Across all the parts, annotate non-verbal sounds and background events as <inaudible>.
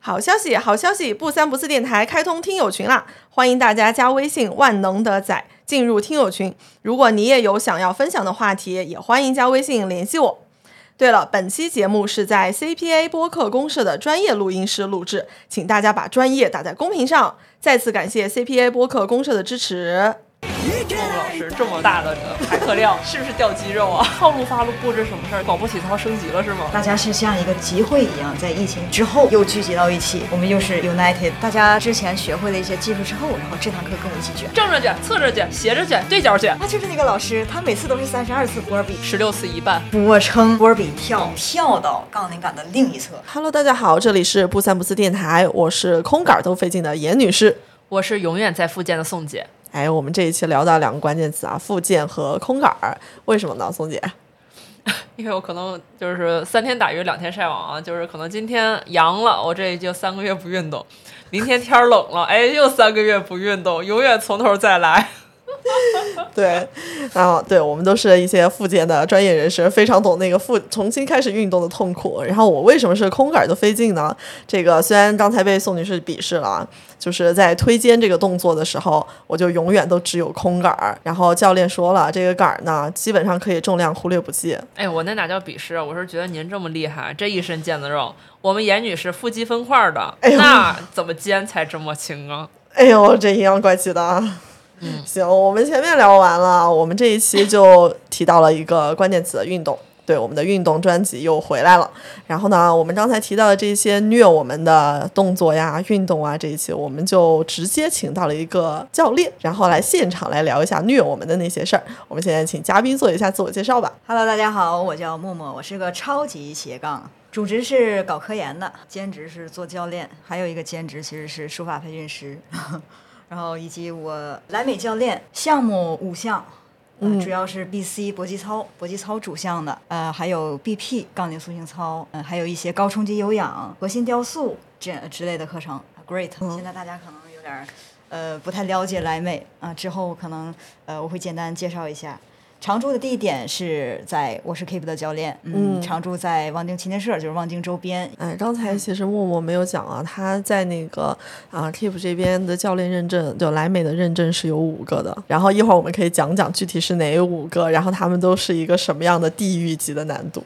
好消息，好消息！不三不四电台开通听友群啦，欢迎大家加微信“万能的仔”进入听友群。如果你也有想要分享的话题，也欢迎加微信联系我。对了，本期节目是在 CPA 播客公社的专业录音师录制，请大家把专业打在公屏上。再次感谢 CPA 播客公社的支持。孟老师这么大的排课量，是不是掉肌肉啊？ <laughs> 套路发路布置什么事儿？广播体操升级了是吗？大家是像一个集会一样，在疫情之后又聚集到一起，我们又是 united。大家之前学会了一些技术之后，然后这堂课跟我一起卷。正着卷、侧着卷、斜着卷、对角卷，他就是那个老师，他每次都是三十二次波比，十六次一半。俯撑波比跳，跳到杠铃杆的另一侧。 Hello，大家好，这里是不三不四电台，我是空杆儿都费劲的严女士。我是永远在复健的宋姐，哎，我们这一期聊到两个关键词啊，附件和空杆儿，为什么呢？松姐，因为我可能就是三天打鱼两天晒网啊，就是可能今天阳了，我这就三个月不运动；明天天儿冷了，哎，又三个月不运动，永远从头再来。 <laughs> <laughs> 对，然后对我们都是一些附件的专业人士，非常懂那个复重新开始运动的痛苦。然后我为什么是空杆儿都费劲呢？这个虽然刚才被宋女士鄙视了，啊，就是在推肩这个动作的时候，我就永远都只有空杆儿。然后教练说了，这个杆儿呢，基本上可以重量忽略不计。哎，我那哪叫鄙视啊？我是觉得您这么厉害，这一身腱子肉，我们严女士腹肌分块的，哎呦那怎么肩才这么轻啊？哎呦，这阴阳怪气的。啊！行，我们前面聊完了，我们这一期就提到了一个关键词——运动。对，我们的运动专辑又回来了。然后呢，我们刚才提到的这些虐我们的动作呀、运动啊，这一期我们就直接请到了一个教练，然后来现场来聊一下虐我们的那些事儿。我们现在请嘉宾做一下自我介绍吧。 Hello，大家好，我叫默默，我是个超级斜杠，主职是搞科研的，兼职是做教练，还有一个兼职其实是书法培训师，然后以及我莱美教练项目五项。呃嗯主要是 BC 搏击操、搏击操主项的，呃，还有 BP 杠铃塑形操，嗯、还有一些高冲击有氧、核心雕塑这之类的课程。Great，、现嗯在大家可能有点儿呃不太了解莱美啊、之后可能呃我会简单介绍一下。常驻的地点是在我是 Keep 的教练，嗯，嗯常驻在望京旗舰社，就是望京周边。哎，刚才其实默默没有讲啊，他在那个啊 Keep 这边的教练认证，就莱美的认证是有五个的。然后一会儿我们可以讲讲具体是哪五个，然后他们都是一个什么样的地狱级的难度。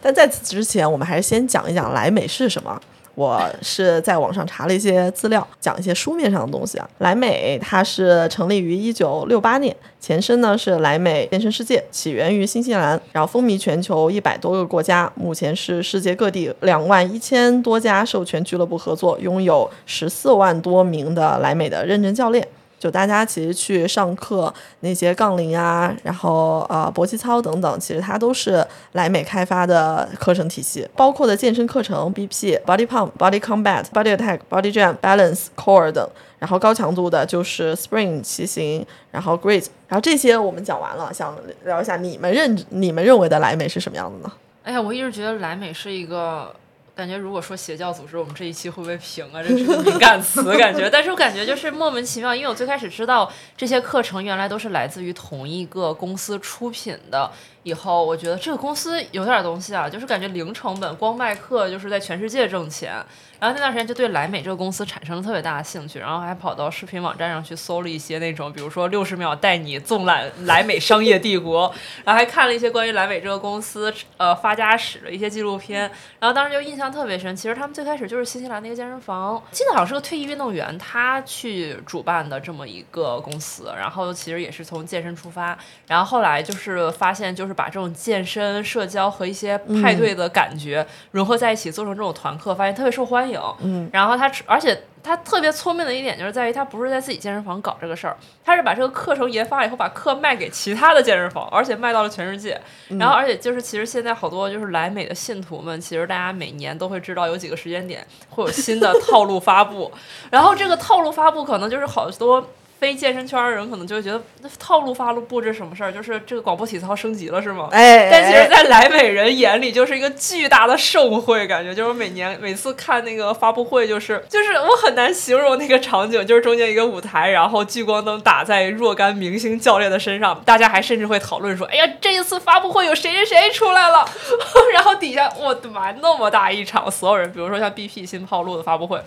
但在此之前，我们还是先讲一讲莱美是什么。我是在网上查了一些资料，讲一些书面上的东西啊。莱美它是成立于一九六八年，前身呢是莱美健身世界，起源于新西兰，然后风靡全球一百多个国家，目前是世界各地两万一千多家授权俱乐部合作，拥有十四万多名的莱美的认证教练。就大家其实去上课那些杠铃啊，然后呃搏击操等等，其实它都是莱美开发的课程体系，包括的健身课程 BP、Body Pump、Body Combat、Body Attack、Body Jam、Balance、Core 等。然后高强度的就是 Spring 骑行，然后 Great，然后这些我们讲完了，想聊一下你们认你们认为的莱美是什么样的呢？哎呀，我一直觉得莱美是一个，感觉如果说邪教组织，我们这一期会不会平啊？这是个敏感词，感觉。但是我感觉就是莫名其妙，因为我最开始知道这些课程原来都是来自于同一个公司出品的，以后我觉得这个公司有点东西啊，就是感觉零成本，光卖课就是在全世界挣钱。然后那段时间就对莱美这个公司产生了特别大的兴趣，然后还跑到视频网站上去搜了一些那种，比如说六十秒带你纵览莱美商业帝国，然后还看了一些关于莱美这个公司呃发家史的一些纪录片，然后当时就印象特别深。其实他们最开始就是新西兰的一个健身房，记得好像是个退役运动员他去主办的这么一个公司，然后其实也是从健身出发，然后后来就是发现就是把这种健身、社交和一些派对的感觉融合在一起，做成这种团课，发现特别受欢迎。嗯，然后他只而且他特别聪明的一点就是在于他不是在自己健身房搞这个事儿，他是把这个课程研发以后把课卖给其他的健身房，而且卖到了全世界。然后而且就是其实现在好多就是莱美的信徒们，其实大家每年都会知道有几个 <laughs> 时间点会有新的套路发布，然后这个套路发布可能就是好多。非健身圈的人可能就会觉得那套路发路布置什么事儿，就是这个广播体操升级了是吗？哎，但其哎实，在莱美人眼里，就是一个巨大的盛会，感觉就是每年每次看那个发布会，就是就是我很难形容那个场景，就是中间一个舞台，然后聚光灯打在若干明星教练的身上，大家还甚至会讨论说：“哎呀，这一次发布会有谁谁谁出来了。” <laughs> 然后底下我的妈，那么大一场，所有人，比如说像 BP 新套路的发布会，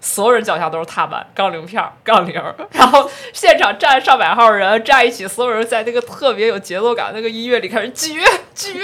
所有人脚下都是踏板、杠铃片儿、杠铃儿， <laughs> 然后现场站上百号人站一起，所有人在那个特别有节奏感的那个音乐里开始举举，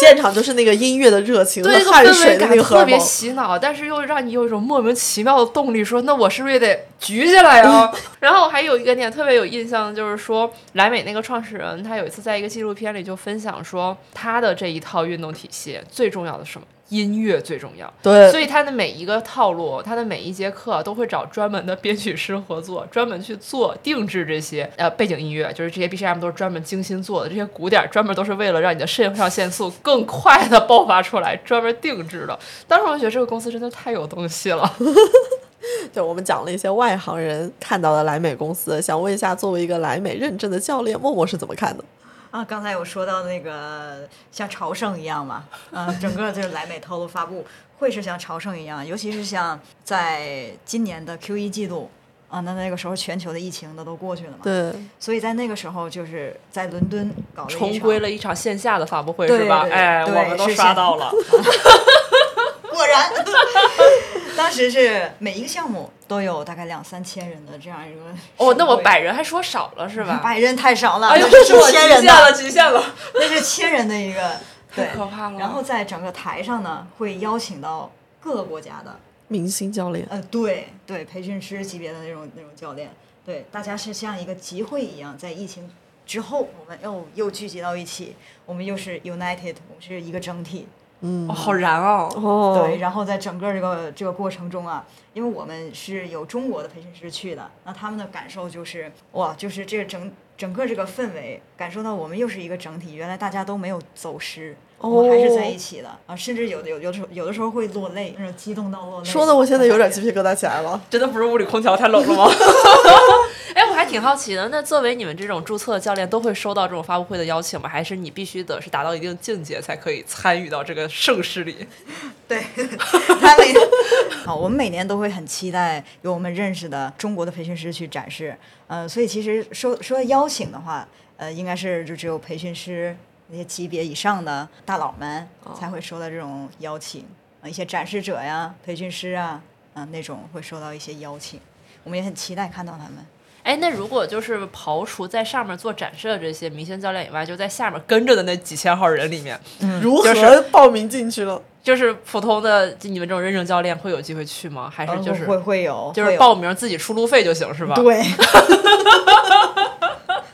现场就是那个音乐的热情和 <laughs> 对，汗氛水围的感那个荷特尔别蒙。洗脑，但是又让你有一种莫名其妙的动力说，那我是不是也得举起来呀、啊 <laughs> 然后还有一个点特别有印象，就是说莱美那个创始人，他有一次在一个纪录片里就分享说，他的这一套运动体系最重要的是什么？音乐最重要，对所以他的每一个套路，他的每一节课都会找专门的编曲师合作， <laughs> 专门去做定制这些呃背景音乐，就是这些 BGM 都是专门精心做的，这些鼓点儿专门都是为了让你的肾上腺素更快的爆发出来， <laughs> 专门定制的。当时我就觉得这个公司真的太有东西了， <laughs> 对，我们讲了一些外行人看到的莱美公司，想问一下，作为一个莱美认证的教练，默默是怎么看的？啊，刚才有说到那个像朝圣一样嘛，呃，整个就是莱美套路发布会是像朝圣一样，尤其是像在今年的 Q 一季度啊，那那个时候全球的疫情那都过去了嘛，对，所以在那个时候就是在伦敦搞了一重场归了一场线下的发布会对是吧？对哎，对我们都是刷线到了，果然， <laughs> 当时是每一个项目都有大概两三千人的这样一个 <laughs> 哦，那我盛会百人还说少了是吧？百人太少了，哎呦，那是我千极人限了，的，极限了。那是千人的一个，对，可怕了然后在整个台上呢，会邀请到各个国家的，明星教练，呃，对对，培训师级别的那种那种教练，对，大家是像一个集会一样，在疫情之后，我们又又聚集到一起，我们又是 united，我们是一个整体，嗯哦，，好燃哦！哦，对，然后在整个这个这个过程中啊，因为我们是有中国的培训师去的，那他们的感受就是哇，就是这个整整个这个氛围，感受到我们又是一个整体，原来大家都没有走失。我们还是哦在一起的啊，甚至有的有有的时候有的时候会落泪，那种激动到落泪。说的我现在 <laughs> 有点鸡感皮疙瘩起来了。真的不是屋里空调太冷了吗？ <laughs> 哎，我还挺好奇的，那作为你们这种注册的教练，都会收到这种发布会的邀请吗？还是你必须得是达到一定境界才可以参与到这个盛世里？ <laughs> 对，他每 <laughs> 好，我们每年都会很期待有我们认识的中国的培训师去展示。呃，所以其实说说邀请的话，呃，应该是就只有培训师那些级别以上的大佬们哦才会收到这种邀请，呃、一些展示者呀、培训师啊，嗯、那种会收到一些邀请。我们也很期待看到他们。哎，那如果就是刨除在上面做展示的这些明星教练以外，就在下面跟着的那几千号人里面，如就何是报名进去了？就是普通的就你们这种认证教练会有机会去吗？还哦是就是、呃会会有，就会是有报名自己出路费就行是吧？。对。 <laughs>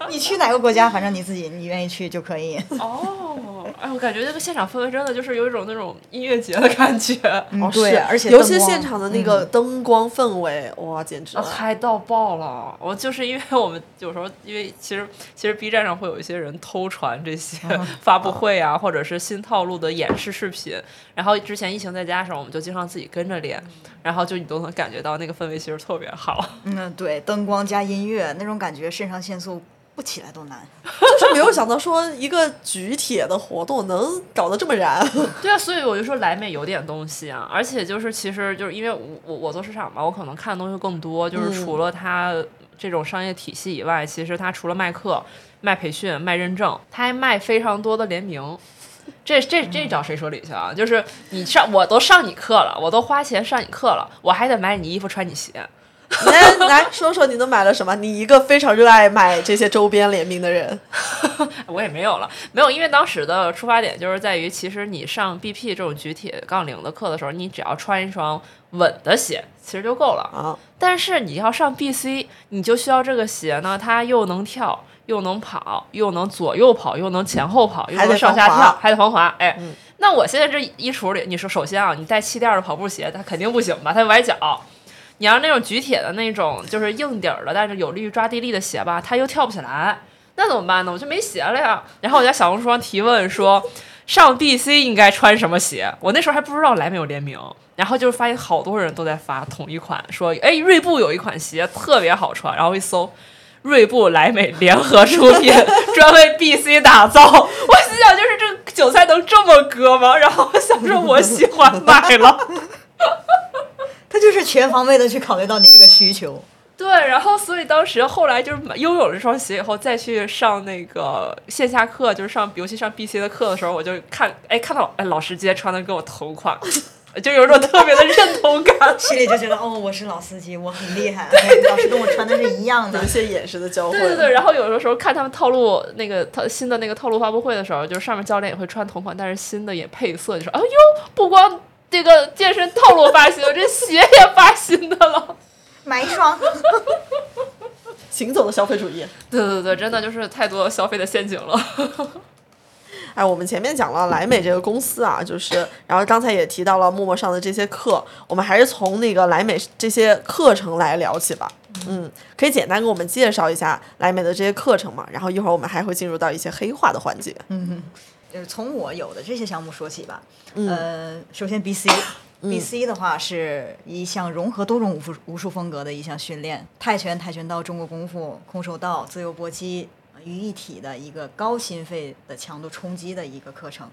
你去哪个国家，反正你自己你愿意去就可以。哦，哎，我感觉这个现场氛围真的就是有一种那种音乐节的感觉。嗯，哦， <laughs> 对，是而且嗯尤灯其光现场的那个灯光氛围，哇，简直啊，了！嗨到爆了！我就是因为我们有时候，因为其实其实 B 站上会有一些人偷传这些发布会啊，或者是新套路的演示视频。然后之前疫情在家的时候，我们就经常自己跟着练，然后就你都能感觉到那个氛围其实特别好。嗯，对，灯光加音乐那种感觉，肾上腺素不起来都难。就是没有想到说一个举铁的活动能搞得这么燃，对啊，所以我就说莱美有点东西啊，而且就是其实就是因为我我我做市场嘛，我可能看的东西更多，就是除了它这种商业体系以外，其实它除了卖课、卖培训、卖认证，它还卖非常多的联名。这这这找谁说理去啊？就是你上我都上你课了，我都花钱上你课了，我还得买你衣服穿你鞋， <laughs> 来来说说你都买了什么？你一个非常热爱买这些周边联名的人，我也没有了，没有，因为当时的出发点就是在于，其实你上 BP 这种举铁杠铃的课的时候，你只要穿一双稳的鞋，其实就够了啊。但是你要上 BC，你就需要这个鞋呢，它又能跳，又能跑，又能左右跑，又能前后跑，又还得能上下防滑嗯跳，还得防滑。哎，那我现在这衣橱里，你说首先啊，你带气垫的跑步鞋，它肯定不行吧，它崴脚。你要是那种举铁的那种，就是硬底儿的，但是有利于抓地力的鞋吧，它又跳不起来，那怎么办呢？我就没鞋了呀。然后我在小红书上提问说，上 BC 应该穿什么鞋？我那时候还不知道莱美有联名，然后就是发现好多人都在发同一款，说哎，锐步有一款鞋特别好穿，然后一搜。锐步、莱美联合出品， <laughs> 专为 BC 打造。我心想，就是这韭菜能这么割吗？然后我想说，我喜欢买了。它就是全方位的去考虑到你这个需求。对，然后所以当时后来就是买拥有了这双鞋以后，再去上那个线下课，就是上尤其上 BC 的课的时候，我就看哎看到哎老师今天穿的跟我同款，就有一种特别的认同 <laughs> 感。心里就觉得哦，我是老司机，我很厉害，哎老师跟我穿的是一样的有一。些眼神的交汇。对对对，然后有的时候看他们套路那个他新的那个套路发布会的时候，就是上面教练也会穿同款，但是新的也配色，就说哎呦，不光这个健身套路发新，我这鞋也发新的了。 <laughs> 买一双， <laughs> 行走的消费主义。对对对，真的就是太多消费的陷阱了。哎，我们前面讲了莱美这个公司啊，就是，然后刚才也提到了陌陌上的这些课，我们还是从那个莱美这些课程来聊起吧。嗯，可以简单给我们介绍一下莱美的这些课程嘛？然后一会儿我们还会进入到一些黑化的环节。嗯就是呃从我有的这些项目说起吧。呃，首先 BC。BC 的话是一项融合多种武术武术风格的一项训练，泰拳、跆拳道、中国功夫、空手道、自由搏击呃于一体的一个高心肺的强度冲击的一个课程。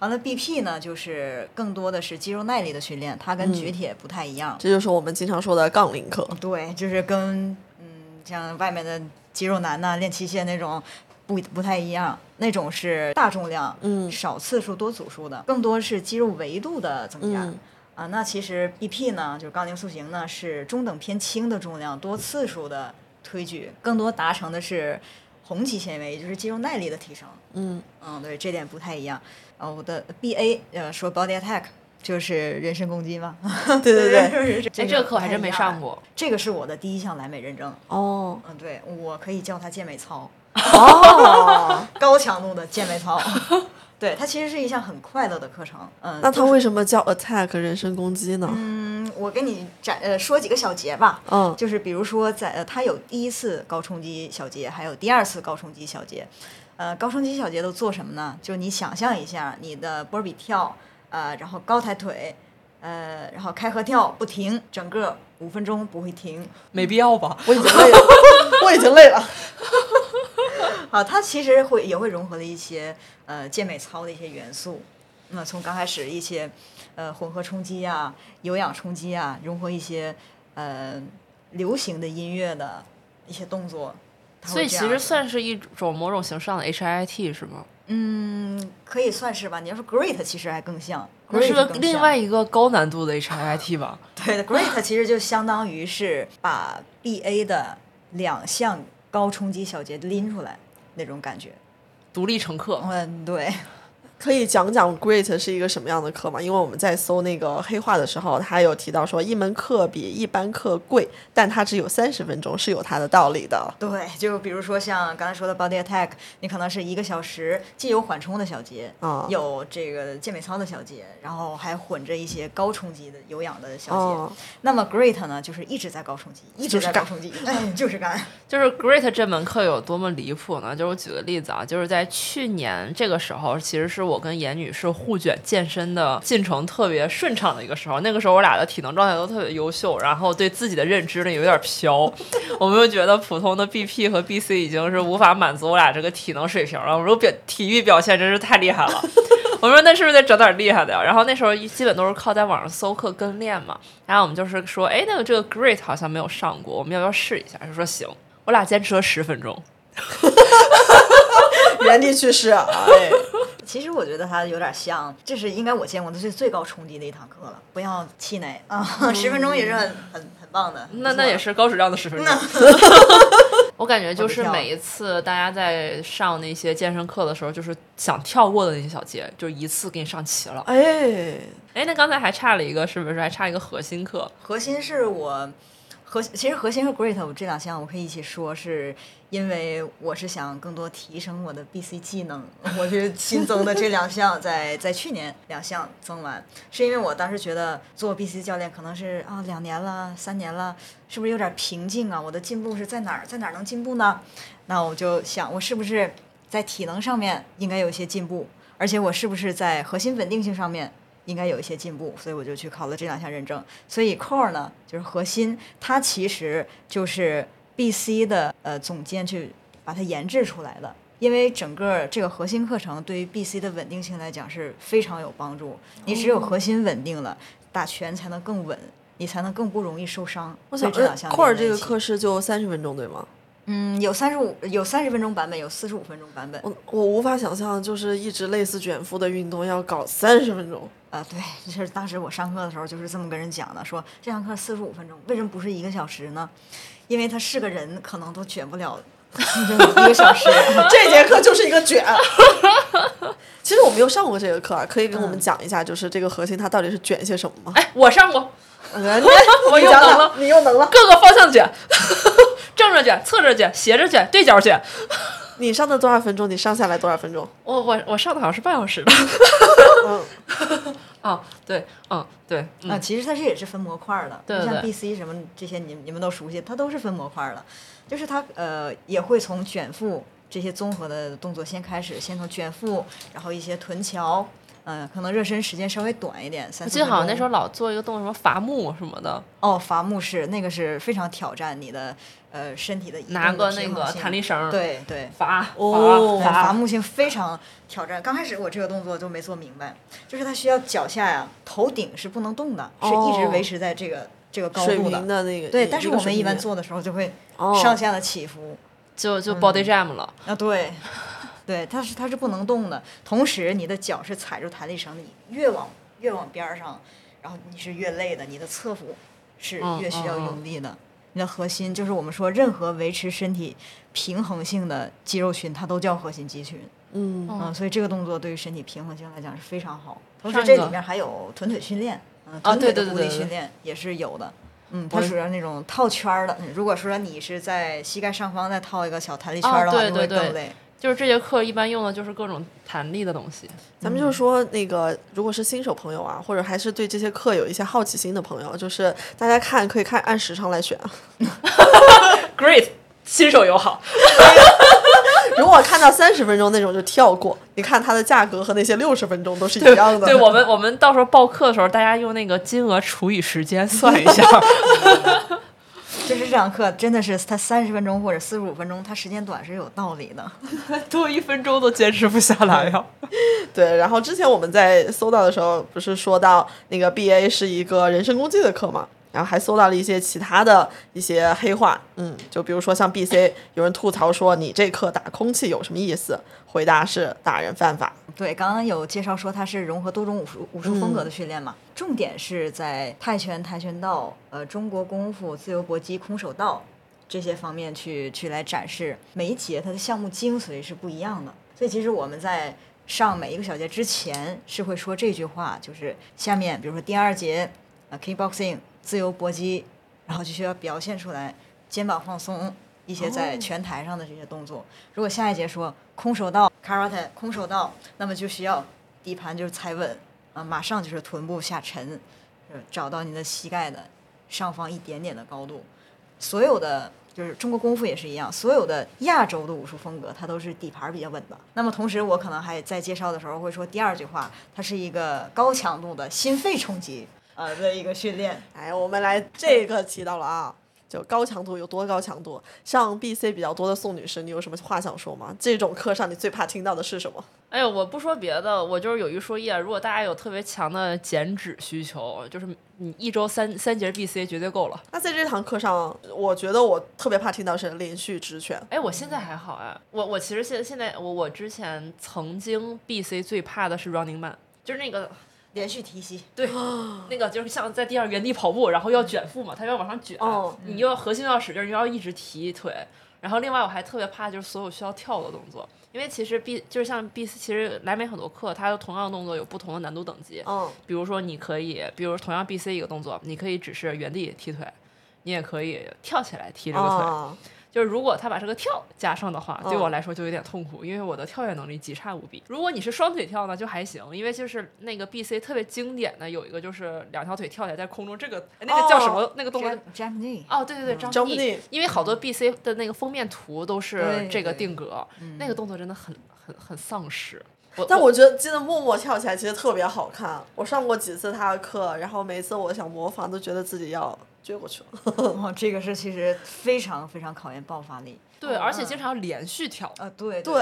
完了，BP 呢，就是更多的是肌肉耐力的训练，它跟举铁不太一样。这就是我们经常说的杠铃课。对，就是跟嗯，像外面的肌肉男呐、练器械那种不不太一样，那种是大重量，嗯少次数多组数的，更多是肌肉维度的增加。嗯啊，那其实 BP 呢，就是杠铃塑形呢，是中等偏轻的重量，多次数的推举，更多达成的是红旗纤维，也就是肌肉耐力的提升。嗯，嗯，对，这点不太一样。啊，我的 BA 呃说 body attack 就是人身攻击嘛， <laughs> 对对对。对，哎，这个课我还真没啊上。过。这个是我的第一项莱美认证。哦嗯，对，我可以叫它健美操，哦，高强度的健美操。对，它其实是一项很快乐的课程。嗯， <laughs> 那它为什么叫 attack 人身攻击呢？嗯，我给你展呃说几个小节吧。嗯就是比如说在呃，它有第一次高冲击小节，还有第二次高冲击小节。呃，高冲击小节都做什么呢？就你想象一下，你的波比跳，呃，然后高抬腿，呃，然后开合跳不停，整个五分钟不会停。没必要吧？我已经累了，我已经累了。啊，它其实会也会融合了一些呃健美操的一些元素。那从刚开始一些呃混合冲击啊、有氧冲击啊，融合一些呃流行的音乐的一些动作。它会所以这其样实算是一种某种形式上的 HIIT 是吗？嗯，可以算是吧。你要说 great，其实还更像，那是 great 个更另像外一个高难度的 HIIT 吧？对 <laughs> 的，great 其实就相当于是把 BA 的两项高冲击小节拎出来那种感觉。独立成课。嗯，对。 <laughs> 可以讲讲 Great 是一个什么样的课吗？因为我们在搜那个黑话的时候，他有提到说一门课比一般课贵，但它只有三十分钟，是有它的道理 <laughs> 的。对，就比如说像刚才说的 body attack，你可能是一个小时，既有缓冲的小节，啊有这个健美操的小节，然后还混着一些高冲击的有氧的小节。哦那么 great 呢，就是一直在高冲击，一直就是在高干冲 <laughs> 击，哎，就是干。就是 Great 这门课有多么离谱呢？就是我举个例子啊，就是在去年这个时候，其实是我跟严女士互卷健身的进程特别顺畅的一个时候。那个时候我俩的体能状态都特别优秀，然后对自己的认知呢有点飘，我们又觉得普通的 BP 和 BC 已经是无法满足我俩这个体能水平了。我们说表体育表现真是太厉害了。 <laughs> 我说那是不是得整点厉害的呀？然后那时候一基本都是靠在网上搜课跟练嘛。然后我们就是说，哎，那个这个 Great 好像没有上过，我们要不要试一下？就说行，我俩坚持了十分钟。原地去世啊，哎，其实我觉得它有点像，这是应该我见过的最最高冲击的一堂课了。不要气馁啊，嗯十分钟也是很很很棒的。那不那错也是高质量的十 <laughs> 分钟。我感觉就是每一次大家在上那些健身课的时候，就是想跳过的那些小节，就一次给你上齐了。哎，哎，那刚才还差了一个，是不是还差一个核心课？核心是我核其实核心和 great 我这两项我可以一起说，是因为我是想更多提升我的 BC 技能，我是新增的这两项在在去年两项增完，是因为我当时觉得做 BC 教练可能是啊两年了三年了，是不是有点瓶颈啊？我的进步是在哪儿，在哪儿能进步呢？那我就想我是不是在体能上面应该有一些进步。而且我是不是在核心稳定性上面应该有一些进步，所以我就去考了这两项认证。所以 Core 呢，就是核心，它其实就是 BC 的呃总监去把它研制出来的。因为整个这个核心课程对于 BC 的稳定性来讲是非常有帮助，你只哦有核心稳定了，打拳才能更稳，你才能更不容易受伤。我所想以这两项库尔连在呃这一个起课是就三十分钟对吗？嗯，有三十五，有三十分钟版本，有四十五分钟版本。我我无法想象，就是一直类似卷腹的运动要搞三十分钟。啊，对，就是当时我上课的时候就是这么跟人讲的，说这堂课四十五分钟，为什么不是一个小时呢？因为他是个人，可能都卷不了 <laughs> 一个小时。 <laughs> <laughs> 这节课就是一个卷。其实我没有上过这个课啊，可以跟我们讲一下，就是这个核心它到底是卷些什么吗？ <laughs> 哎，我上过呃哎，我你又讲能讲了，你又能了。各个方向卷， <laughs> 正着卷、侧着卷、斜着卷、对角卷。你上的多少分钟？你上下来多少分钟？我我我上的好像是半小时 <laughs> 吧。嗯， <laughs> 哦，对，嗯，对，嗯，啊，其实它这也是分模块儿的，对就像对 BC 什么这些，你们你们都熟悉，它都是分模块儿的。就是它呃也会从卷腹这些综合的动作先开始，先从卷腹，然后一些臀桥，呃，可能热身时间稍微短一点，三我四记得分钟。好像那时候老做一个动作，什么伐木什么的，哦，伐木是那个是非常挑战你的呃身体的移动拿的个平那衡个性弹力绳儿对对。伐哦对伐伐伐木性非常挑战。刚开始我这个动作就没做明白，就是它需要脚下呀、头顶是不能动的，是一直哦维持在这个这个高水度平的那个对，一但是一个我水们一平般面做的时候就会哦上下的起伏。就就 body jam 了。啊，对，对，它是它是不能动的，同时你的脚是踩住弹力绳，你越往越往边儿上，然后你是越累的，你的侧腹是嗯越需嗯要嗯用力的。你的核心就是我们说任何维持身体平衡性的肌肉群，它都叫核心肌群嗯，啊、嗯所以这个动作对于身体平衡性来讲是非常好。同时上一这个里面还有臀腿训练，嗯、啊臀腿对对的对无对力对训练也是有的。嗯，它属于那种套圈儿的。嗯如果说你是在膝盖上方再套一个小弹力圈哦儿的话，对就对会对更累。就是这节课一般用的就是各种弹力的东西。咱们就说那个，如果是新手朋友啊，或者还是对这些课有一些好奇心的朋友，就是大家看可以看按时长来选。 <laughs> Great，新手友好。如果看到三十分钟那种就跳过，你看它的价格和那些六十分钟都是一样的。 <laughs> 对我们，我们到时候报课的时候，大家用那个金额除以时间算一下。就是这堂课真的是它三十分钟或者四十五分钟，它时间短是有道理的。 <laughs> <laughs> 多一分钟都坚持不下来啊呀、对，然后之前我们在搜到的时候，不是说到那个 BA 是一个人身攻击的课嘛，然后还搜到了一些其他的一些黑话，嗯，就比如说像 BC，有人吐槽说你这课打空气有什么意思？回答是打人犯法。对，刚刚有介绍说它是融合多种武术武术风格的训练嘛，重点是在泰拳、跆拳道、呃中国功夫、自由搏击、空手道这些方面去去来展示。每一节它的项目精髓是不一样的，所以其实我们在上每一个小节之前是会说这句话，就是下面比如说第二节呃 kickboxing 自由搏击，然后就需要表现出来肩膀放松。一些在拳台上的这些动作，如果下一节说空手道 karate 空手道，那么就需要底盘就是踩稳啊，马上就是臀部下沉，呃找到你的膝盖的上方一点点的高度。所有的就是中国功夫也是一样，所有的亚洲的武术风格，它都是底盘比较稳的。那么同时，我可能还在介绍的时候会说第二句话，它是一个高强度的心肺冲击 <laughs> 呃的一个训练。哎，我们来这个提到了啊，就高强度有多高强度？上 BC 比较多的宋女士，你有什么话想说吗？这种课上你最怕听到的是什么？哎呦，我不说别的，我就是有一说一啊。如果大家有特别强的减脂需求，就是你一周三三节 BC 绝对够了。那在这堂课上，我觉得我特别怕听到是连续直拳。哎，我现在还好哎，我我其实现现在我我之前曾经 BC 最怕的是 Running Man，就是那个连续提膝， <laughs> 对那个就是像在地上原地跑步，然后要卷腹嘛，它要往上卷，哦你又要核心又要使劲，又要一直提腿。然后另外我还特别怕就是所有需要跳的动作，因为其实 B 就是像 B 其实莱美很多课，它有同样的动作有不同的难度等级，嗯，比如说，你可以，比如同样 B C 一个动作，你可以只是原地踢腿，你也可以跳起来踢这个腿。啊，哦就是如果他把这个跳加上的话，嗯对我来说就有点痛苦，因为我的跳跃能力极差无比。如果你是双腿跳呢，就还行，因为就是那个 B C 特别经典的有一个就是两条腿跳起来在空中，这个哎那个叫什么、哦那个动作 Jam-？，jam knee，哦，对对对，张张力力因为好多 B C 的那个封面图都是对嗯这个对定格，那个动作真的很很很丧失。我但我觉得记得默默跳起来其实特别好看，我上过几次她的课，然后每一次我想模仿都觉得自己要撅过去了。哇，这个是其实非常非常考验爆发力。对，而嗯且经常连续跳。啊，对对，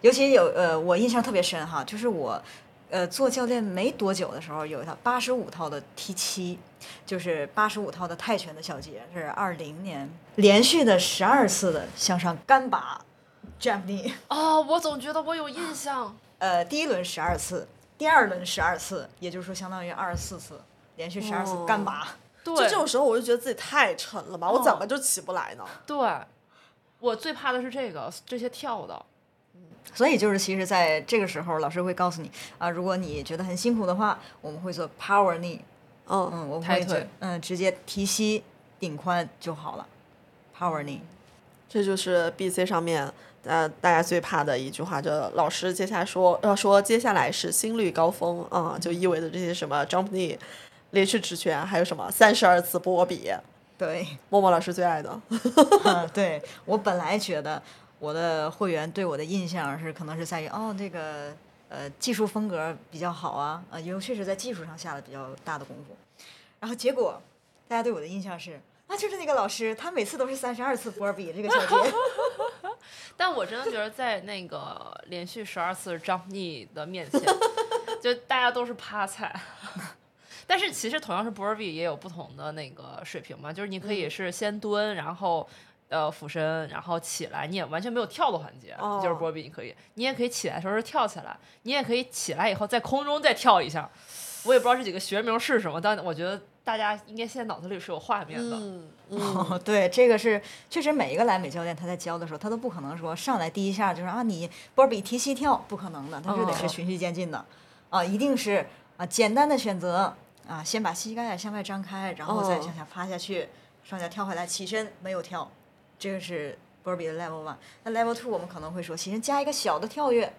尤其有呃，我印象特别深哈，就是我呃做教练没多久的时候，有一套八十五套的 T 七，就是八十五套的泰拳的小节，是二零年连续的十二次的向上干拔 jump knee，哦，我总觉得我有印 <laughs> 象。呃，第一轮十二次，第二轮十二次，也就是说相当于二十四次，连续十二次干拔。对，就这种时候，我就觉得自己太沉了吧，我怎么就起不来呢？对，我最怕的是这个，这些跳的。所以就是，其实在这个时候，老师会告诉你啊，如果你觉得很辛苦的话，我们会做 power knee，嗯，嗯，我抬会腿直嗯，直接提膝顶髋就好了，power knee。嗯这就是 B C 上面呃大家最怕的一句话，就老师接下来说要说接下来是心率高峰啊、就意味着这些什么 jump knee、连续直拳，还有什么三十二次波比， <laughs> 对，默默老师最爱的。嗯，对我本来觉得我的会员对我的印象是可能是在于哦，这个呃技术风格比较好啊，呃，尤其是在技术上下了比较大的功夫。然后结果大家对我的印象是啊，就是那个老师，他每次都是三十二次波比这个小节。但我真的觉得，在那个连续十二次 jump knee 的面 <laughs> 前，就大家都是趴菜。 <laughs> 但是其实同样是 b o r b y 也有不同的那个水平嘛，就是你可以是先蹲，然后呃俯身，然后起来，你也完全没有跳的环节，哦就是 b o r b y 你可以，你也可以起来的时候是跳起来，你也可以起来以后在空中再跳一下。我也不知道这几个学名是什么，但我觉得大家应该现在脑子里是有画面的。嗯嗯，哦， <laughs> 对，这个是确实每一个莱美教练他在教的时候，他都不可能说上来第一下就是啊你波比提膝跳，不可能的，他是得哦是循序渐进的，啊，一定是啊简单的选择啊，先把膝盖向外张开，然后再哦向下趴下去，上下跳回来，起身没有跳，这个是波比的 level one。那 level two 我们可能会说起身加一个小的跳跃，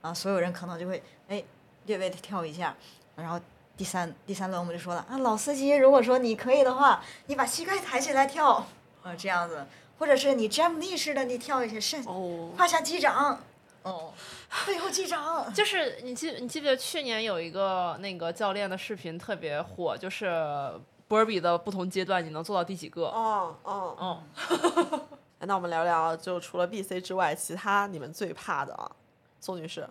啊，所有人可能就会哎略微的跳一下，然后第三第三轮我们就说了啊，老司机，如果说你可以的话，你把膝盖抬起来跳，啊这样子，或者是你 jump knee 式的，你跳一下身，哦，胯下击掌， <sighs> 哦，背后击掌，就是你记你记不记得去年有一个那个教练的视频特别火，就是波尔比的不同阶段你能做到第几个？哦哦哦。 <laughs> 嗯，那我们聊聊，就除了 B C 之外，其他你们最怕的啊，宋女士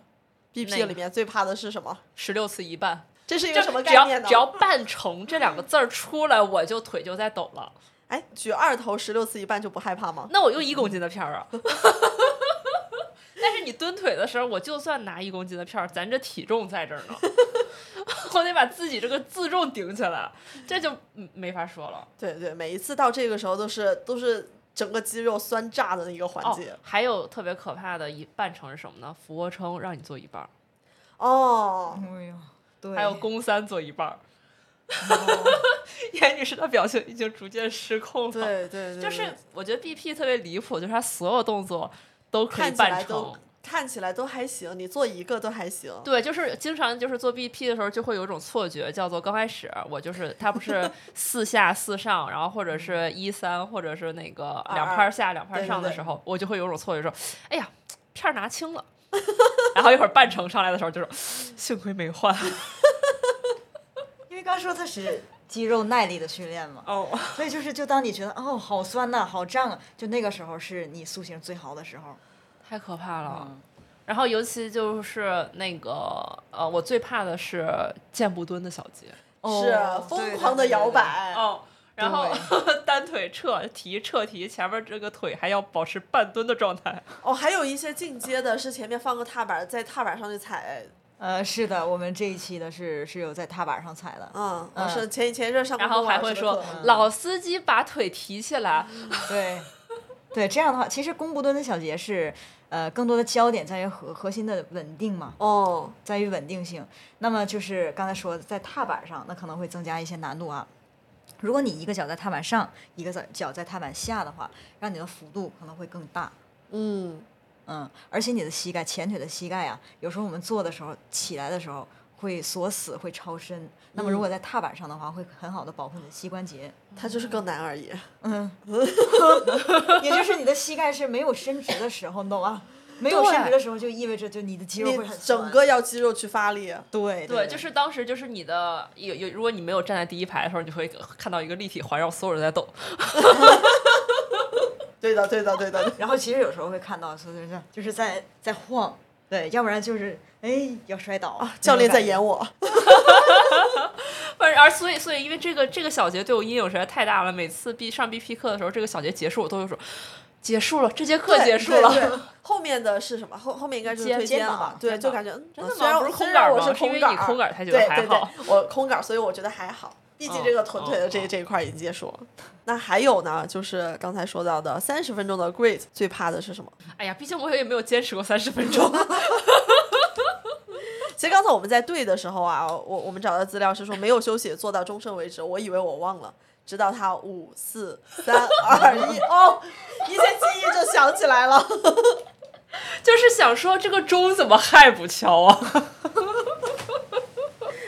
，B 哪 P 个里面最怕的是什么？十六次一半，这是一就个什么只概要念呢只？要半程这两个字儿出来，我就腿就在抖了。哎，举二头十六次一半就不害怕吗？那我用一公斤的片儿 <laughs> 啊。但是你蹲腿的时候，我就算拿一公斤的片儿，咱这体重在这儿呢， <laughs> 我得把自己这个自重顶起来，这就嗯没法说了。对对，每一次到这个时候都是都是整个肌肉酸炸的一个环哦节，还有特别可怕的一半程是什么呢？俯卧撑让你做一半儿，哦。哎呦，对，还有肱三做一半儿。哦 <laughs> 严女士的表情已经逐渐失控了。，对对对，对就是我觉得 BP 特别离谱，就是她所有动作都可以看起来半都程。看起来都还行，你做一个都还行。对，就是经常就是做 BP 的时候，就会有一种错觉，叫做刚开始我就是他不 <laughs> 是四下四上，然后或者是一三，或者是那个二两拍儿下两拍儿对对上的对时候，我就会有一种错觉说，哎呀，片儿拿轻了。 <laughs> 然后一会儿半程上来的时候，就是幸亏没换。因为刚说它是肌肉耐力的训练 <laughs> 嘛，哦，所以就是就当你觉得哦好酸呐、好胀啊，就那个时候是你塑形最好的时候， <laughs> 太可怕了。嗯然后尤其就是那个呃，我最怕的是箭步蹲的小节。是啊哦疯狂的摇，摆，哦。然后 <laughs> 单腿撤提撤提，前面这个腿还要保持半蹲的状态。哦，还有一些进阶的是前面放个踏板，在踏板上去踩，呃，是的，我们这一期的是是有在踏板上踩的，嗯，我嗯是前前一阵上过然孟后老还师会的说课老司机把腿提起来。对，对，这样的话，其实弓步蹲的小节是，呃，更多的焦点在于核核心的稳定嘛，哦，在于稳定性。那么就是刚才说的在踏板上，那可能会增加一些难度啊。如果你一个脚在踏板上，一个在脚在踏板下的话，让你的幅度可能会更大。嗯，嗯，而且你的膝盖，前腿的膝盖啊，有时候我们坐的时候、起来的时候会锁死，会超伸。那么如果在踏板上的话，会很好的保护你的膝关节。它就是更难而已。 <laughs> 嗯，也就是你的膝盖是没有伸直的时候，你懂吗？没有伸直的时候，就意味着就你的肌肉你会很酸整个要肌肉去发力，对对，就是当时就是你的有有，如果你没有站在第一排的时候，你就会看到一个立体环绕所有人在抖。对的，对的，对的。对的然后其实有时候会看到，说就是就是在在晃，对，要不然就是哎要摔倒 <laughs> 啊哦教练在演我，不是，而所以所以因为这个这个小节对我阴影实在太大了，每次 B 上 BP 课的时候，这个小节结束我都会说结束了，这节课结束对了。对对后面的是什么？后后面应该就是肩推荐膀了吧，对，肩就膀感觉嗯真的吗虽然不是空虽然杆我吗是是因为空杆你儿，空杆儿才觉得对还好对对，我空杆儿，所以我觉得还好。毕竟这个臀腿的这嗯嗯这一块已经结束了。那还有呢，就是刚才说到的三十分钟的 great，最怕的是什么？哎呀，毕竟我也没有坚持过三十分钟。 <laughs> 其实刚才我们在对的时候啊，我我们找到资料是说没有休息做到终身为止，我以为我忘了，直到他五四三二一，哦，一些记忆就想起来了。就是想说这个钟怎么还不敲啊？ <laughs>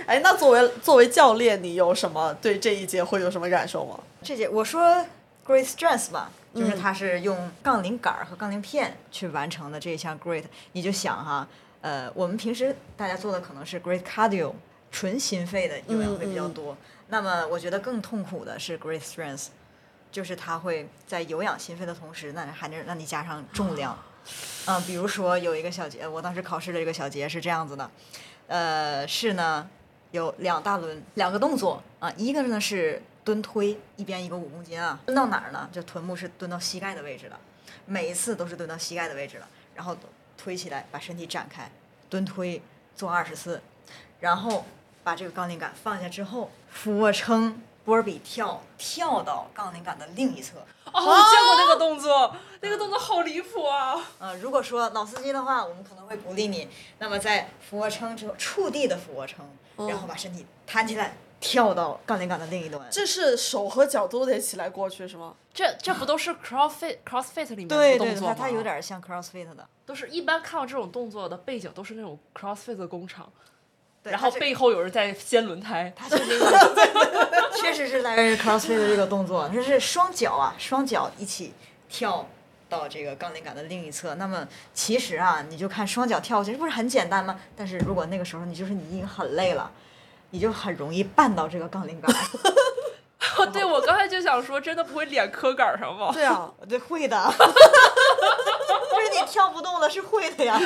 哎，那作为作为教练，你有什么对这一节会有什么感受吗？这节我说 great strength 吧，就是嗯它是用杠铃杆儿和杠铃片去完成的这一项 great。你就想哈，呃，我们平时大家做的可能是 great cardio，纯心肺的有氧会比较多。那么我觉得更痛苦的是 great strength，就是它会在有氧心肺的同时，那还能让你加上重量。嗯，比如说有一个小节，我当时考试的一个小节是这样子的，呃，是呢有两大轮，两个动作啊，一个呢是蹲推，一边一个五公斤啊，蹲到哪儿呢？就臀部是蹲到膝盖的位置的，每一次都是蹲到膝盖的位置的，然后推起来，把身体展开，蹲推做二十次，然后把这个杠铃杆放下之后，俯卧撑。波比跳跳到杠铃杆的另一侧，哦，我见过那个动哦作，那个动作好离谱啊！呃，如果说老司机的话，我们可能会鼓励你，那么在俯卧撑之后，触地的俯卧撑，然后把身体弹起来，跳到杠铃杆的另一端。这是手和脚都得起来过去是吗？这这不都是 CrossFit CrossFit 里面的对对，动作它吗？它有点像 CrossFit 的，都是一般看到这种动作的背景都是那种 CrossFit 的工厂，对然后它是背后有人在掀轮胎。它确实有 <laughs> 确实是在为 CrossFit 的这个动作，就是双脚啊，双脚一起跳到这个杠铃杆的另一侧。那么其实啊，你就看双脚跳，其实不是很简单吗？但是如果那个时候你就是你已经很累了，你就很容易绊到这个杠铃杆。 <laughs> <laughs> 对，我刚才就想说，真的不会脸磕杆上 <laughs> 吗？对啊，对，会的。 <laughs> 不是你跳不动了，是会的呀。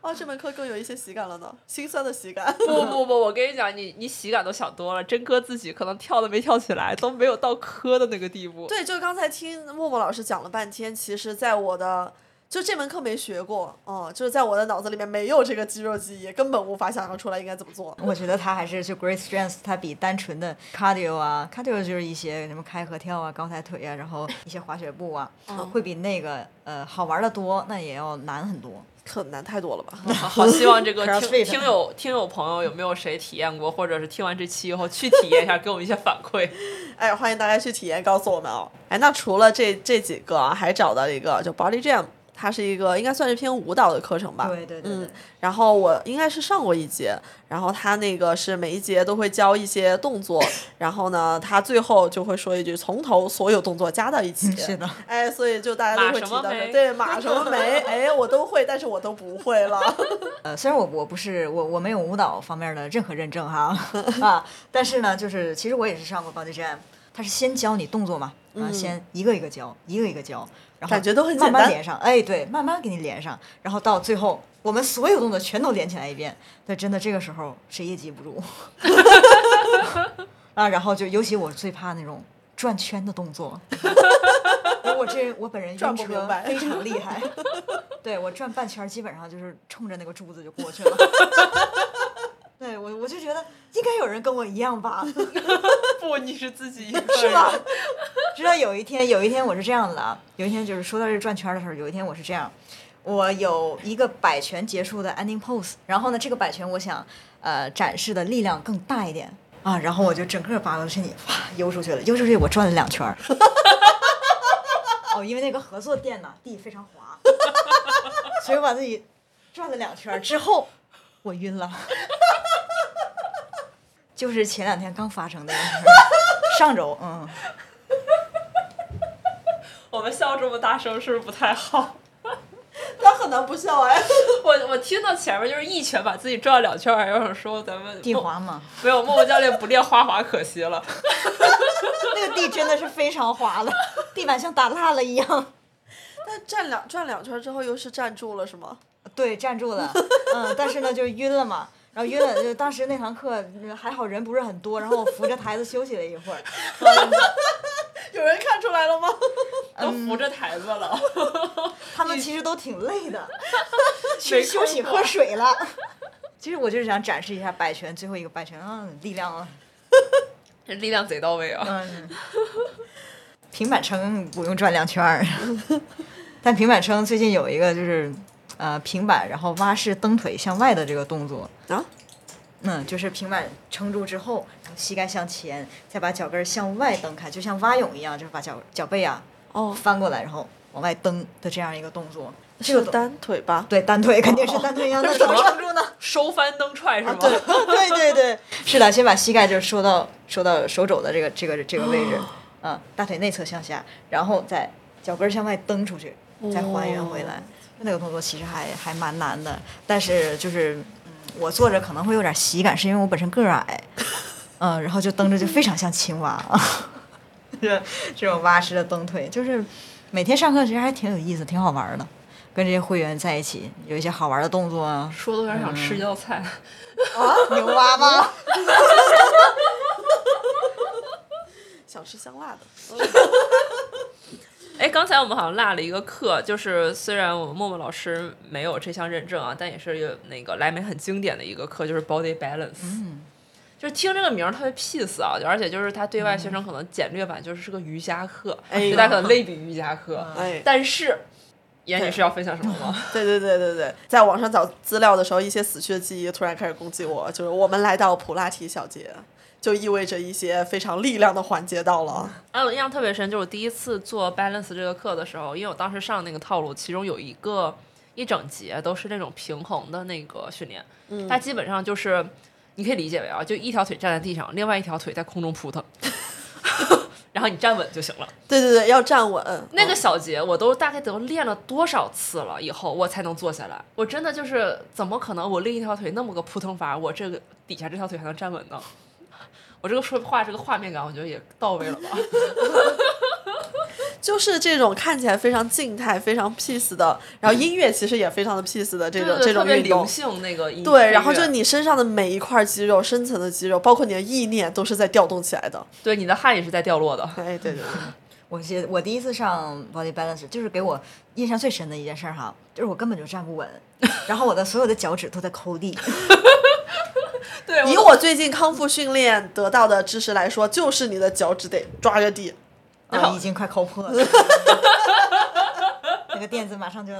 哦，这门课更有一些喜感了呢，心酸的喜感。 <laughs> 不不不，我跟你讲，你你喜感都想多了，真哥自己可能跳的没跳起来，都没有到磕的那个地步。对，就刚才听默默老师讲了半天，其实在我的就这门课没学过，哦、就是在我的脑子里面没有这个肌肉记忆，根本无法想象出来应该怎么做。我觉得它还是就 great strength，它比单纯的 cardio 啊，cardio 就是一些什么开合跳啊、高抬腿啊，然后一些滑雪步啊，会比那个呃好玩的多，那也要难很多。可难太多了吧？ <laughs> 好 <laughs> 好希望这个听 CrossFit 听友听友朋友有没有谁体验过，或者是听完这期以后去体验一下，给我们一些反 <laughs> 馈。哎，欢迎大家去体验，告诉我们哦。哎，那除了这这几个啊，还找到了一个就 Body Jam，它是一个应该算是偏舞蹈的课程吧？对对对对嗯，然后我应该是上过一节，然后他那个是每一节都会教一些动 <laughs> 作，然后呢，他最后就会说一句从头所有动作加到一起。 <laughs> 嗯是的。哎，所以就大家都会提到说，马什么梅对马什么 <laughs> 梅，哎，我都会，但是我都不会了。呃，虽然我我不是我我没有舞蹈方面的任何认证哈啊，但是呢，就是其实我也是上过 body jam，它是先教你动作嘛，啊，先一个一个教，一个一个教，然后嗯感觉都很慢简单慢连上，哎，对，慢慢给你连上，然后到最后我们所有动作全都连起来一遍，对，真的这个时候谁也记不住啊，然后就尤其我最怕那种转圈的 <laughs> 动作。我这我本人晕转不车明白 <laughs> 非常厉害， <laughs> 对我转半圈儿基本上就是冲着那个柱子就过去了。 <laughs> 对我我就觉得应该有人跟我一样吧，不，你是自己一是个 <laughs> 吧人。？直到有一天，有一天我是这样的啊，有一天就是说到这转圈儿的时候，有一天我是这样，我有一个摆拳结束的 ending pose，然后呢，这个摆拳我想呃展示的力量更大一点啊，然后我就整个把我的身体哇游出去了，游出去我转了两圈儿。 <laughs> 哦，因为那个合作店呢地非常滑， <laughs> 所以我把自己转了两圈儿之后，我晕了。 <laughs> 就是前两天刚发生的一个事儿，上周，嗯，我们笑这么大声是不是不太好？ <laughs> 他很很难不笑哎。我我听到前面就是一拳把自己转了两圈，还有人说咱们地滑嘛，没有默默教练不练花滑可惜 <laughs> 了。哦那个地真的是非常 <laughs> 滑的，地板像打蜡了一样。 <laughs> 那转两转两圈之后，又是站住了是吗？对，站住 <laughs> 了，嗯，但是呢，就晕了嘛。然后晕了，就当时那堂课还好人不是很多，然后我扶着台子休息了一会 <laughs> 儿。有人看出来了吗？都扶着台子了，他们其实都挺累的，谁去休息喝水了。其实我就是想展示一下摆拳，最后一个摆拳，嗯，力量啊，这力量贼到位啊！嗯，平板撑不用转两 <laughs> 圈儿，但平板撑最近有一个就是呃平板，然后蛙式蹬腿向外的这个动作，啊，嗯，就是平板撑住之后，然后膝盖向前，再把脚跟儿向外蹬开，就像蛙泳一样，就是把脚脚背啊哦，翻过来，然后往外蹬的这样一个动作。这是个动单哦腿吧？对单腿肯定是单腿一 <laughs> 样，那怎么撑住呢？ <laughs> 收翻蹬踹是吗？<laughs> 啊对哦对对对，是的，先把膝盖就是收到收到手肘的这个这个这个位哦置，嗯，大腿内侧向下，然后再脚跟儿向外蹬出去，再还原哦回来。那个动作其实还还蛮难的，但是就是嗯，我坐着可能会有点喜感，是因为我本身个儿矮，嗯，然后就蹬着就非常像青蛙， <laughs> 这这种蛙式的蹬腿，就是每天上课其实还挺有意思，挺好玩儿的。跟这些会员在一起，有一些好玩儿的动作 <laughs> 啊，说的有点想吃一道菜。牛蛙吗？想吃香辣的，哎，刚才我们好像落了一个课，就是虽然我们默默老师没有这项认证啊，但也是有那个莱美很经典的一个课，就是 Body Balance。嗯，就是听这个名儿特别 peace 啊，而且就是它对外宣称可能简略版就是是个瑜伽课，哎就大家呦可能类比瑜伽课。哎，但是，严女士要分享什么 <laughs> 吗？对对对对对，在网上找资料的时候，一些死去的记忆突然开始攻击我，就是我们来到普拉提小节，就意味着一些非常力量的环节到了。哎，我印象特别深，就是我第一次做 balance 这个课的时候，因为我当时上那个套路，其中有一个一整节都是那种平衡的那个训练，嗯、它基本上就是你可以理解为啊，就一条腿站在地上，另外一条腿在空中扑腾， <laughs> 然后你站稳就行了。对对对，要站稳。那个小节我都大概都练了多少次了，以后我才能坐下来？我真的就是怎么可能我另一条腿那么个扑腾法，我这个底下这条腿还能站稳呢？ <laughs> 我这个说话这个画面感，我觉得也到位了吧？就是这种看起来非常静态、非常 peace 的，然后音乐其实也非常的 peace 的这种对对这种特别运动灵。性那个音对，然后乐就你身上的每一块肌肉、深层的肌肉，包括你的意念，都是在调动起来的。对你的汗也是在掉落的。哎，对对对，我记得我第一次上 Body Balance，就是给我印象最深的一件事儿哈，就是我根本就站不稳，然后我的所有的脚趾都在抠地， <laughs> 对，以我最近康复训练得到的知识来说，就是你的脚趾得抓着地。啊， <laughs> 已经快抠破了，那个垫子马上就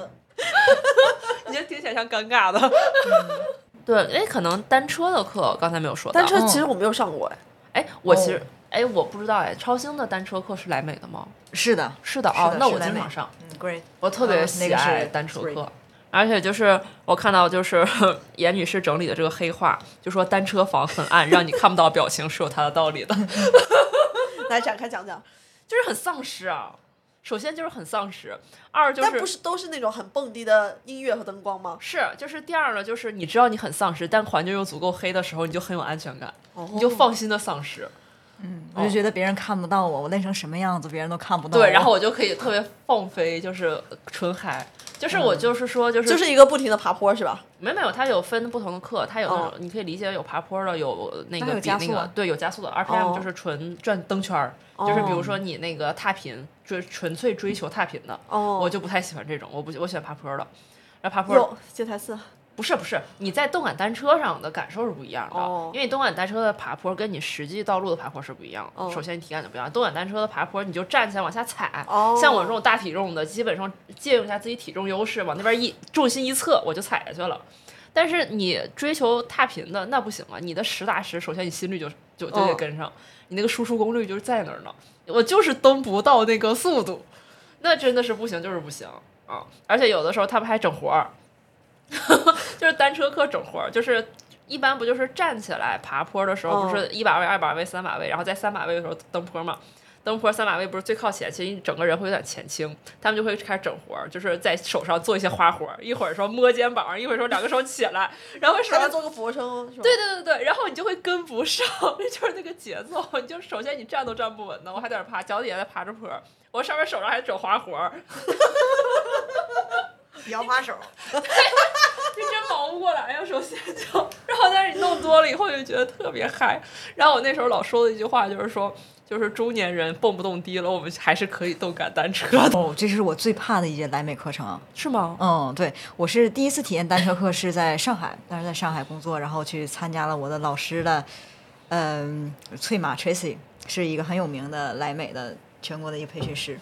<laughs> 你觉得听起来像尴尬的。 <laughs> 对，哎，可能单车的课刚才没有说到。单车其实我没有上过哎，哎，我哦其实哎，我不知道哎，超星的单车课是莱美的吗？是的，是的是啊的，那是我的经美常上，嗯，great，我特啊别那喜个爱是单车 great 课。嗯而且就是我看到就是 <laughs> 严女士整理的这个黑话，就说单车房很暗，让你看不到表情是有它的道理的。 <laughs> 来展开讲讲。就是很丧尸啊。首先就是很丧尸，二就但是不是都是那种很蹦迪的音乐和灯光吗？是就是第二呢，就是你知道你很丧尸，但环境又足够黑的时候，你就很有安全感，哦你就放心的丧尸。我就觉得别人看不到我，我累成什么样子，别人都看不到我。对，然后我就可以特别放飞，就是纯嗨。就是我就是说，就是就是一个不停的爬坡是吧？没有没有，它有分不同的课，它有那种、哦你可以理解有爬坡的，有那它个有比加那速个啊对有加速的 RPM 哦就是纯转蹬圈儿，就是比如说你那个踏频追纯粹追求踏频的，哦我就不太喜欢这种，我不我喜欢爬坡的。然后爬坡有接台四，不是不是，你在动感单车上的感受是不一样的，哦因为动感单车的爬坡跟你实际道路的爬坡是不一样的。哦首先你体感就不一样，动感单车的爬坡你就站起来往下踩，哦像我这种大体重的，基本上借用一下自己体重优势，往那边一重心一侧我就踩下去了。但是你追求踏频的那不行啊，你的实打实，首先你心率就就就得哦跟上，你那个输出功率就是在那儿呢，我就是蹬不到那个速度，那真的是不行，就是不行啊！而且有的时候他们还整活儿， <laughs> 就是单车课整活儿，就是一般不就是站起来爬坡的时候，哦不是一把位、二把位、三把位，然后在三把位的时候蹬坡嘛。蹬坡三把位不是最靠前，其实你整个人会有点前倾，他们就会开始整活儿，就是在手上做一些花活儿，一会儿说摸肩膀，一会儿说两个手起来，然后手还要上做个俯卧撑，是吧？对对对对，然后你就会跟不上， <laughs> 就是那个节奏，你就首先你站都站不稳呢，我还在那爬，脚底下在爬着坡儿，我上面手上还整花活儿，摇花手，就真忙不过来呀，首先就，然后但是你弄多了以后就觉得特别嗨。然后我那时候老说的一句话就是说，就是中年人蹦不动低了，我们还是可以动感单车的，哦，这是我最怕的一节莱美课程。是吗？嗯，对，我是第一次体验单车课是在上海，当时在上海工作，然后去参加了我的老师的，嗯、翠马 Tracy 是一个很有名的莱美的全国的一个培训师。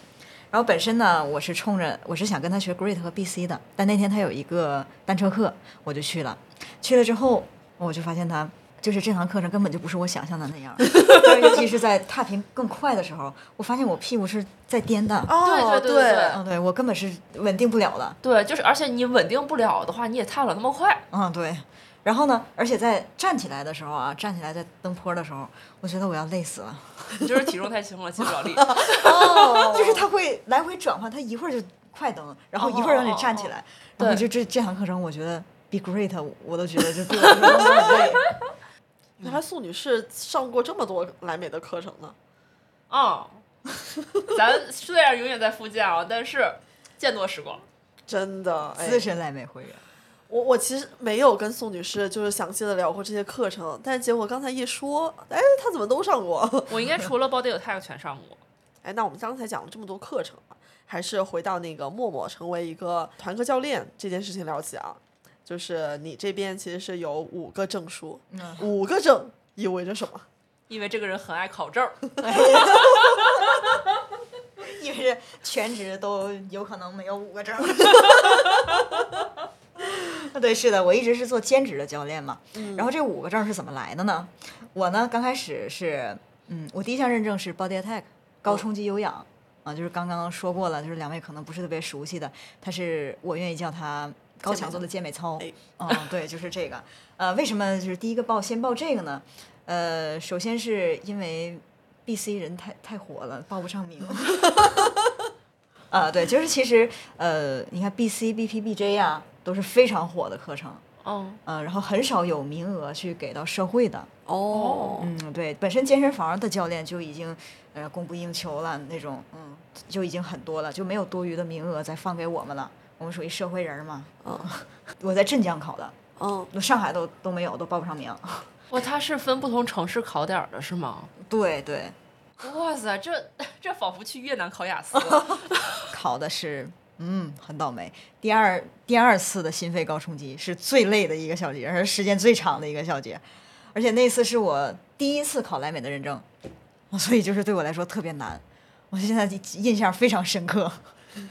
然后本身呢，我是冲着我是想跟他学 Great 和 BC 的，但那天他有一个单车课，我就去了。去了之后，我就发现他就是这堂课程根本就不是我想象的那样，就是 <laughs> 尤其是在踏频更快的时候，我发现我屁股是在颠的。哦，对对对对嗯，对我根本是稳定不了的。对，就是而且你稳定不了的话，你也踏不了那么快。嗯，对。然后呢，而且在站起来的时候啊，站起来在登坡的时候，我觉得我要累死了。你就是体重太轻了，起不了力。哦，就是它会来回转换，它一会儿就快登，然后一会儿让你站起来。然后就这这堂课程，我觉得 be great，我都觉得就对我来说都很累。原来宋女士上过这么多莱美的课程呢。嗯，咱虽然永远在复健啊，但是见多识广。真的，哎资深莱美会员，我我其实没有跟宋女士就是详细的聊过这些课程，但是结果刚才一说，哎，她怎么都上过？我应该除了 Body Attack 全上过。哎，那我们刚才讲了这么多课程啊，还是回到那个默默成为一个团课教练这件事情聊起啊。就是你这边其实是有五个证书，嗯五个证意味着什么？因为这个人很爱考证儿，因为是全职都有可能没有五个证。 <laughs> 对，是的，我一直是做兼职的教练嘛。然后这五个证是怎么来的呢？我呢，刚开始是，嗯，我第一项认证是 Body Attack 高冲击有氧、啊，就是刚刚说过了，就是两位可能不是特别熟悉的，它是我愿意叫它高强度的健美操。哎嗯，对，就是这个。呃，为什么就是第一个报先报这个呢？呃，首先是因为 BC 人太太火了，报不上名。 <laughs> 啊，对，就是其实呃，你看 BC、BP、BJ 啊，都是非常火的课程，嗯，呃，然后很少有名额去给到社会的。哦嗯，对，本身健身房的教练就已经呃供不应求了，那种嗯就已经很多了，就没有多余的名额再放给我们了。我们属于社会人儿嘛。嗯 <laughs> 我在镇江考的，嗯，那上海都都没有，都报不上名。 <laughs> 哇，它是分不同城市考点儿的是吗？对对，哇塞，这这仿佛去越南考雅思。考的是嗯很倒霉。第二第二次的心肺高冲击是最累的一个小节，而时间最长的一个小节，而且那次是我第一次考莱美的认证， <laughs> 所以就是对我来说特别难。我现在印象非常深刻。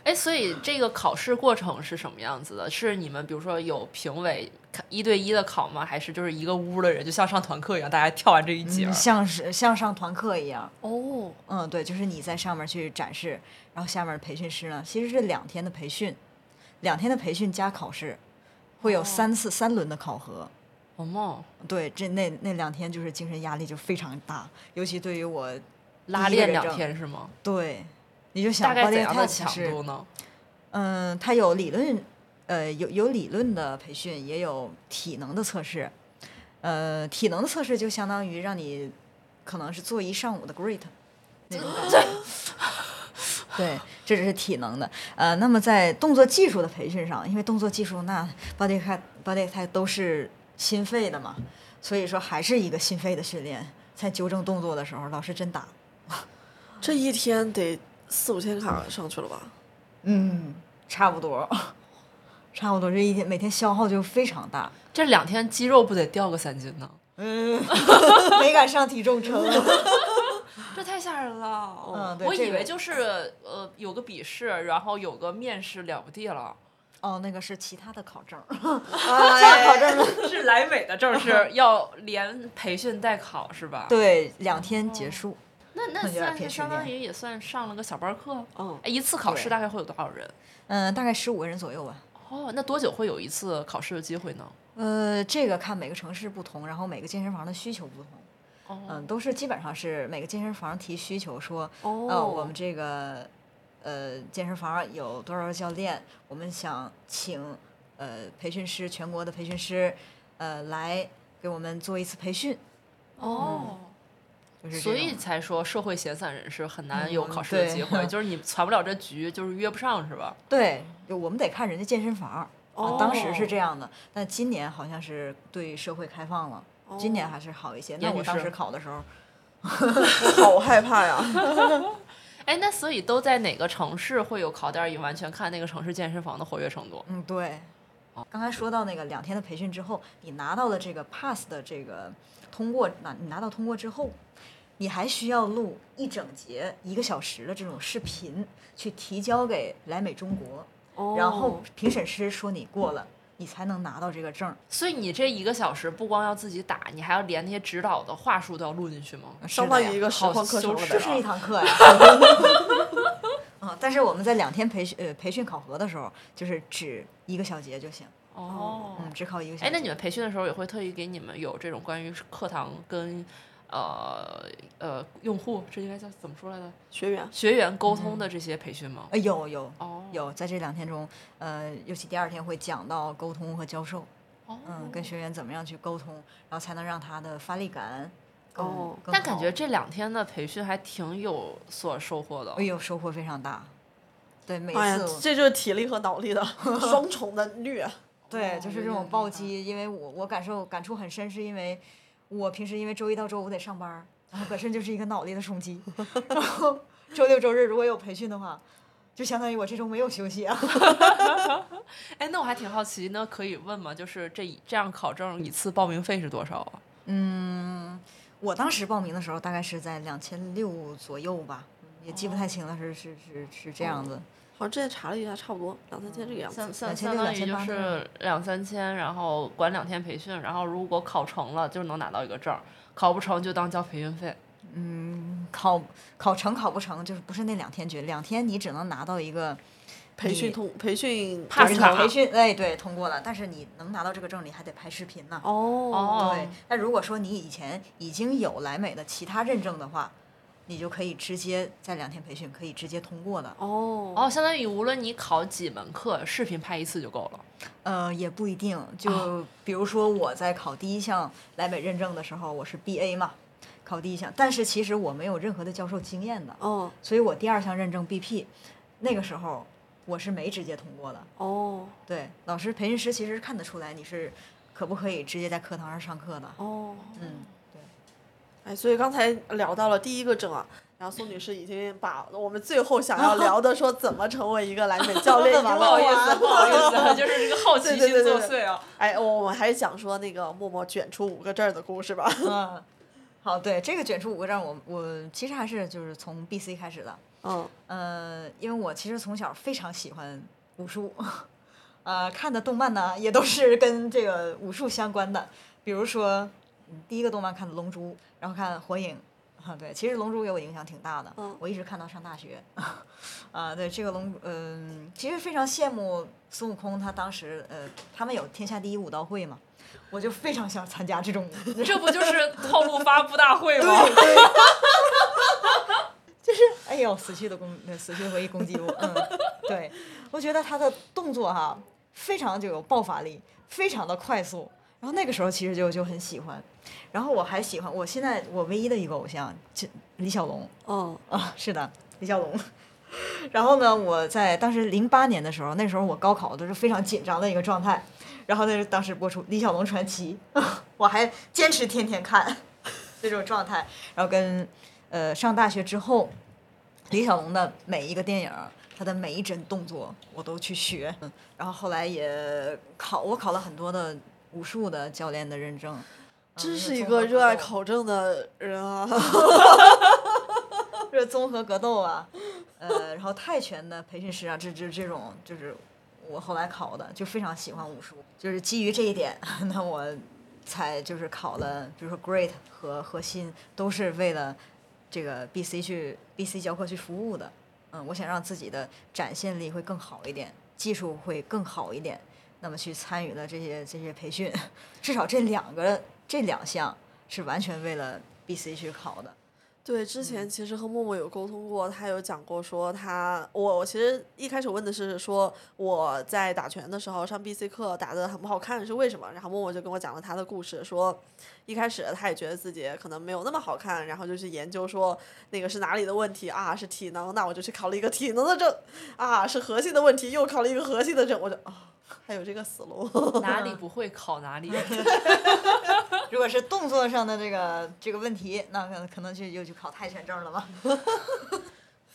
哎，所以这个考试过程是什么样子的？是你们比如说有评委看一对一的考吗？还是就是一个屋的人，就像上团课一样，大家跳完这一嗯节儿？嗯像是像上团课一样，哦，嗯，对，就是你在上面去展示，然后下面培训师呢，其实是两天的培训，两天的培训加考试，会有三次、三轮的考核。哦梦对，这那那两天就是精神压力就非常大，尤其对于我拉第一个练认两证，天是吗？对，你就想大概 body 怎样的 attack 强是度呢？嗯，它有理论，呃，有有理论的培训，也有体能的测试。呃，体能的测试就相当于让你可能是做一上午的 great 那种感觉。对，这只是体能的。呃，那么在动作技术的培训上，因为动作技术那 body attack body attack 都是心肺的嘛，所以说还是一个心肺的训练。在纠正动作的时候，老师真打。这一天得四五千卡上去了吧？嗯，差不多， <laughs> 差不多这一天每天消耗就非常大。这两天肌肉不得掉个三斤呢？嗯，没敢上体重秤。这太吓人了！哦嗯对我这以个为就是呃有个笔试，然后有个面试了不地了。 <laughs> <laughs> 哦，那个是其他的考证儿，哎考证了。是莱美的证 <laughs> 是要连培训带考是吧？，对，两天结束。那那那就要算培是训相当练于也算上了个小班课。嗯哎，一次考试对大概会有多少人？嗯，大概十五个人左右吧。哦，那多久会有一次考试的机会呢？呃，这个看每个城市不同，然后每个健身房的需求不同。哦嗯、都是基本上是每个健身房提需求说，哦呃，我们这个呃健身房有多少个教练，我们想请呃培训师，全国的培训师，呃来给我们做一次培训，哦。嗯就是这所以种才说社会闲散人士很难有嗯考试的对机 <laughs> 会，就是你攒不了这局，就是约不上，是吧？对，就我们得看人家健身房。啊，当时是这样。样的，但今年好像是对社会开放了，哦今年还是好一些。那严我女当士时考的时候，我哦好害怕呀！ <laughs> 哎，那所以都在哪个城市会有考点儿，也完全看那个城市健身房的活跃程度。嗯，对。哦刚才说到那个两天的培训之后，你拿到了这个 pass 的这个通过，拿你拿到通过之后，你还需要录一整节一个小时的这种视频去提交给莱美中国，哦然后评审师说你过了，你才能拿到这个证儿。所以你这一个小时不光要自己打，你还要连那些指导的话术都要录进去吗？是相的当呀于一个实好况课程羞了耻呗这。是一堂课 <laughs> 呀。啊，但是我们在两天培训呃培训考核的时候，就是只一个小节就行，哦，嗯，只考一个小节。哎，那你们培训的时候也会特意给你们有这种关于课堂跟呃呃用户，这应该叫怎么说来着？学员学员沟通的这些培训吗？呃有有哦，有，在这两天中，呃，尤其第二天会讲到沟通和教授，哦，嗯，跟学员怎么样去沟通，然后才能让他的发力感更哦更但感好觉这两天的培训还挺有所收获的哎。呦收获非常大。对，每哎呀次我，这就是体力和脑力的 <laughs> 双重的虐。对，就哦是这有种点暴厉害击，因为我我感受感触很深，是因为我平时因为周一到周五得上班儿，然后本身就是一个脑力的冲 <laughs> 击，然后周六周日如果有培训的话，就相当于我这周没有休息啊。哎，那我还挺好奇，那可以问吗？就是这一这样考证一次报名费是多少啊？嗯， <laughs> 我当时报名的时候大概是在两千六左右吧，也记不太清了，是是是是这样子。好像之前查了一下，差不多两三千这个样子。三三两千相当六两于千就八是两三千，然后管两天培训，然后如果考成了就能拿到一个证儿，考不成就当交培训费。嗯考考成考不成，就是不是那两天决，两天你只能拿到一个培训你通培训 pass 就是卡你培训，哎，对，通过了，但是你能拿到这个证，你还得拍视频呢。哦哦对，那如果说你以前已经有莱美的其他认证的话，你就可以直接在两天培训可以直接通过的。哦哦，相当于无论你考几门课，视频拍一次就够了。呃，也不一定，就比如说我在考第一项莱美认证的时候，我是 BA 嘛，考第一项，但是其实我没有任何的教授经验的，哦所以我第二项认证 BP，那个时候我是没直接通过的。哦对，老师培训师其实看得出来你是可不可以直接在课堂上上课的。哦，嗯，对。哎，所以刚才聊到了第一个证啊。然后宋女士已经把我们最后想要聊的说怎么成为一个蓝美教练已经 <laughs> 不好意聊思，完不好意思，就是这个好奇对对心对作对对祟啊。哎，我我们还是讲说那个默默卷出五个证儿的故事吧。嗯，好，对这个卷出五个证，我我其实还是就是从 B C 开始的，嗯，呃，因为我其实从小非常喜欢武术，呃，看的动漫呢也都是跟这个武术相关的，比如说嗯第一个动漫看的《龙珠》，然后看《火影》。啊，对，其实《龙珠》给我影响挺大的，嗯我一直看到上大学。 <laughs> 啊，对，这个龙，嗯、其实非常羡慕孙悟空，他当时，呃，他们有天下第一武道会嘛，我就非常想参加这种这不就是套路发布大会吗？哎呦，死去的攻，呃死去的回忆攻击我。嗯，对，我觉得他的动作哈、非常就有爆发力，非常的快速。然后那个时候其实就就很喜欢，然后我还喜欢，我现在我唯一的一个偶像，就李小龙哦，啊，是的，李小龙。然后呢，我在当时零八年的时候，那时候我高考都是非常紧张的一个状态。然后那是当时播出《李小龙传奇》， <laughs> 我还坚持天天看 <laughs> 那种状态。然后跟呃上大学之后，李小龙的每一个电影儿，他的每一帧动作我都去学。嗯然后后来也考，我考了很多的武术的教练的认证。真嗯是一综个合热格爱斗考证的人啊！ <laughs> 这综合格斗啊，呃，然后泰拳的培训师啊，这这这种就是我后来考的，就非常喜欢武术，就是基于这一点， <laughs> 那我才就是考了，比如说 Great 和核心都是为了这个 BC 去 BC 教课去服务的，嗯，我想让自己的展现力会更好一点，技术会更好一点，那么去参 <laughs> 与了这些这些培训，至少这两个这两项是完全为了 BC 去考的。对，之前其实和默默有沟通过，他有讲过说他我我其实一开始问的是说我在打拳的时候上 BC 课打的很不好看是为什么，然后默默就跟我讲了他的故事，说一开始他也觉得自己可能没有那么好看，然后就去研究说那个是哪里的问题啊，是体能，那我就去考了一个体能的证啊，是核心的问题，又考了一个核心的证，我就啊。还有这个死龙， <laughs> <laughs> 哪里不会考哪 <laughs> 里。如果是动作上的这个这个问题，那可能可能就又去考泰拳证了吧？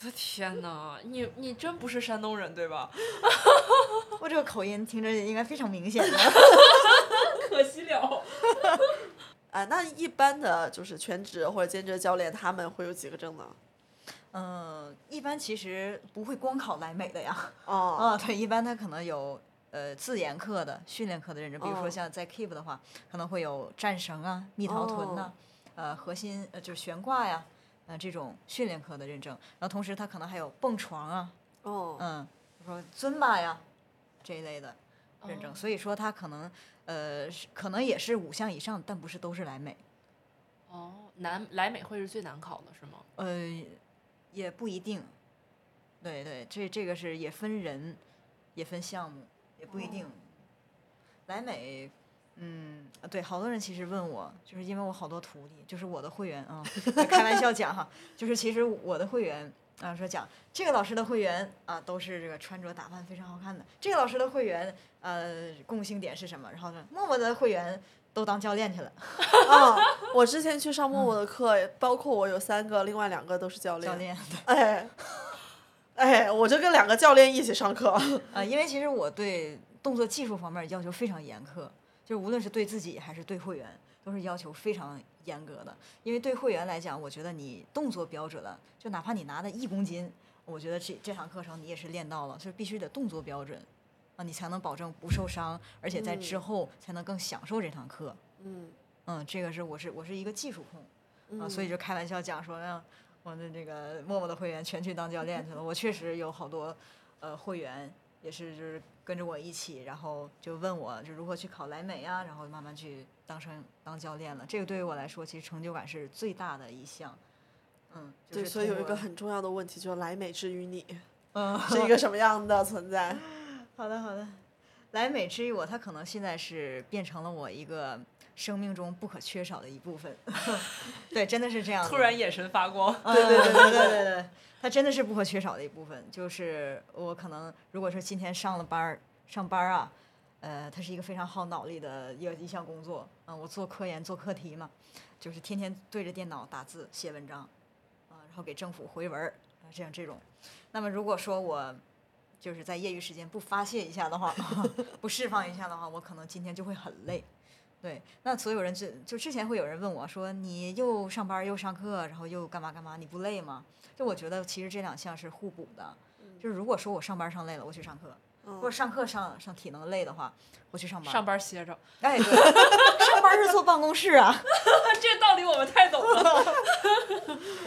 我天哪，你你真不是山东人对吧？ <laughs> <laughs> 我这个口音听着应该非常明显的。 <laughs> 可惜了。啊，那一般的就是全职或者兼职的教练，他们会有几个证呢？嗯，一般其实不会光考莱美的呀。哦，啊、对，一般他可能有呃自研课的、训练课的认证，比如哦说像在 Keep 的话，可能会有战绳啊、蜜桃臀哦呐、呃核心呃就是悬挂呀、呃这种训练课的认证。然后同时他可能还有蹦床啊，哦，嗯，比如说尊巴呀这一类的认证。哦所以说他可能呃是可能也是五项以上，但不是都是莱美。哦，南来美会是最难考的是吗？呃，也不一定。对对，这这个是也分人，也分项目，也不一定。莱美，嗯，啊对，好多人其实问我，就是因为我好多徒弟，就是我的会员啊，开玩笑讲哈，就是其实我的会员啊，说讲这个老师的会员啊，都是这个穿着打扮非常好看的，这个老师的会员呃，共性点是什么？然后呢，默默的会员都当教练去了，啊，我之前去上默默的课，包括我有三个，另外两个都是教练。教 <laughs> 练。哎，哎，我就跟两个教练一起上课。啊，因为其实我对动作技术方面要求非常严苛，就是无论是对自己还是对会员，都是要求非常严格的。因为对会员来讲，我觉得你动作标准了，就哪怕你拿的一公斤，我觉得这这堂课程你也是练到了，就是必须得动作标准啊，你才能保证不受伤，而且在之嗯后才能更享受这堂课。嗯嗯，这个是我是我是一个技术控。啊，嗯，所以就开玩笑讲说，让我的这个陌陌的会员全去当教练去了。我确实有好多呃会员也是就是跟着我一起，然后就问我就如何去考莱美啊，然后慢慢去当成当教练了。这个对于我来说，其实成就感是最大的一项。嗯，就对，是所以通有一个过很重要的问题，就是莱美之于你嗯，是一个什么样的存在？好的好的，莱美之于我，它可能现在是变成了我一个生命中不可缺少的一部分。 <laughs> 对，真的是这样的。突然眼神发光。 <laughs> 对对对对对对对，它真的是不可缺少的一部分。就是我可能如果说今天上了班儿，上班儿啊，呃，它是一个非常耗脑力的一个一项工作。嗯、我做科研做课题嘛，就是天天对着电脑打字写文章，啊、然后给政府回文儿，啊这样这种。那么如果说我就是在业余时间不发泄一下的话， <laughs> 不释放一下的话，我可能今天就会很累。对，那所有人就就之前会有人问我说，你又上班儿又上课，然后又干嘛干嘛，你不累吗？就我觉得其实这两项是互补的。 <laughs> 就是如果说我上班儿上累了，我去上课；如果嗯，上课上上体能累的话，我去上班儿。上班歇着，哎，对 <laughs> 上班儿是坐办公室啊。 <laughs> 这道理我们太懂 <laughs> 了。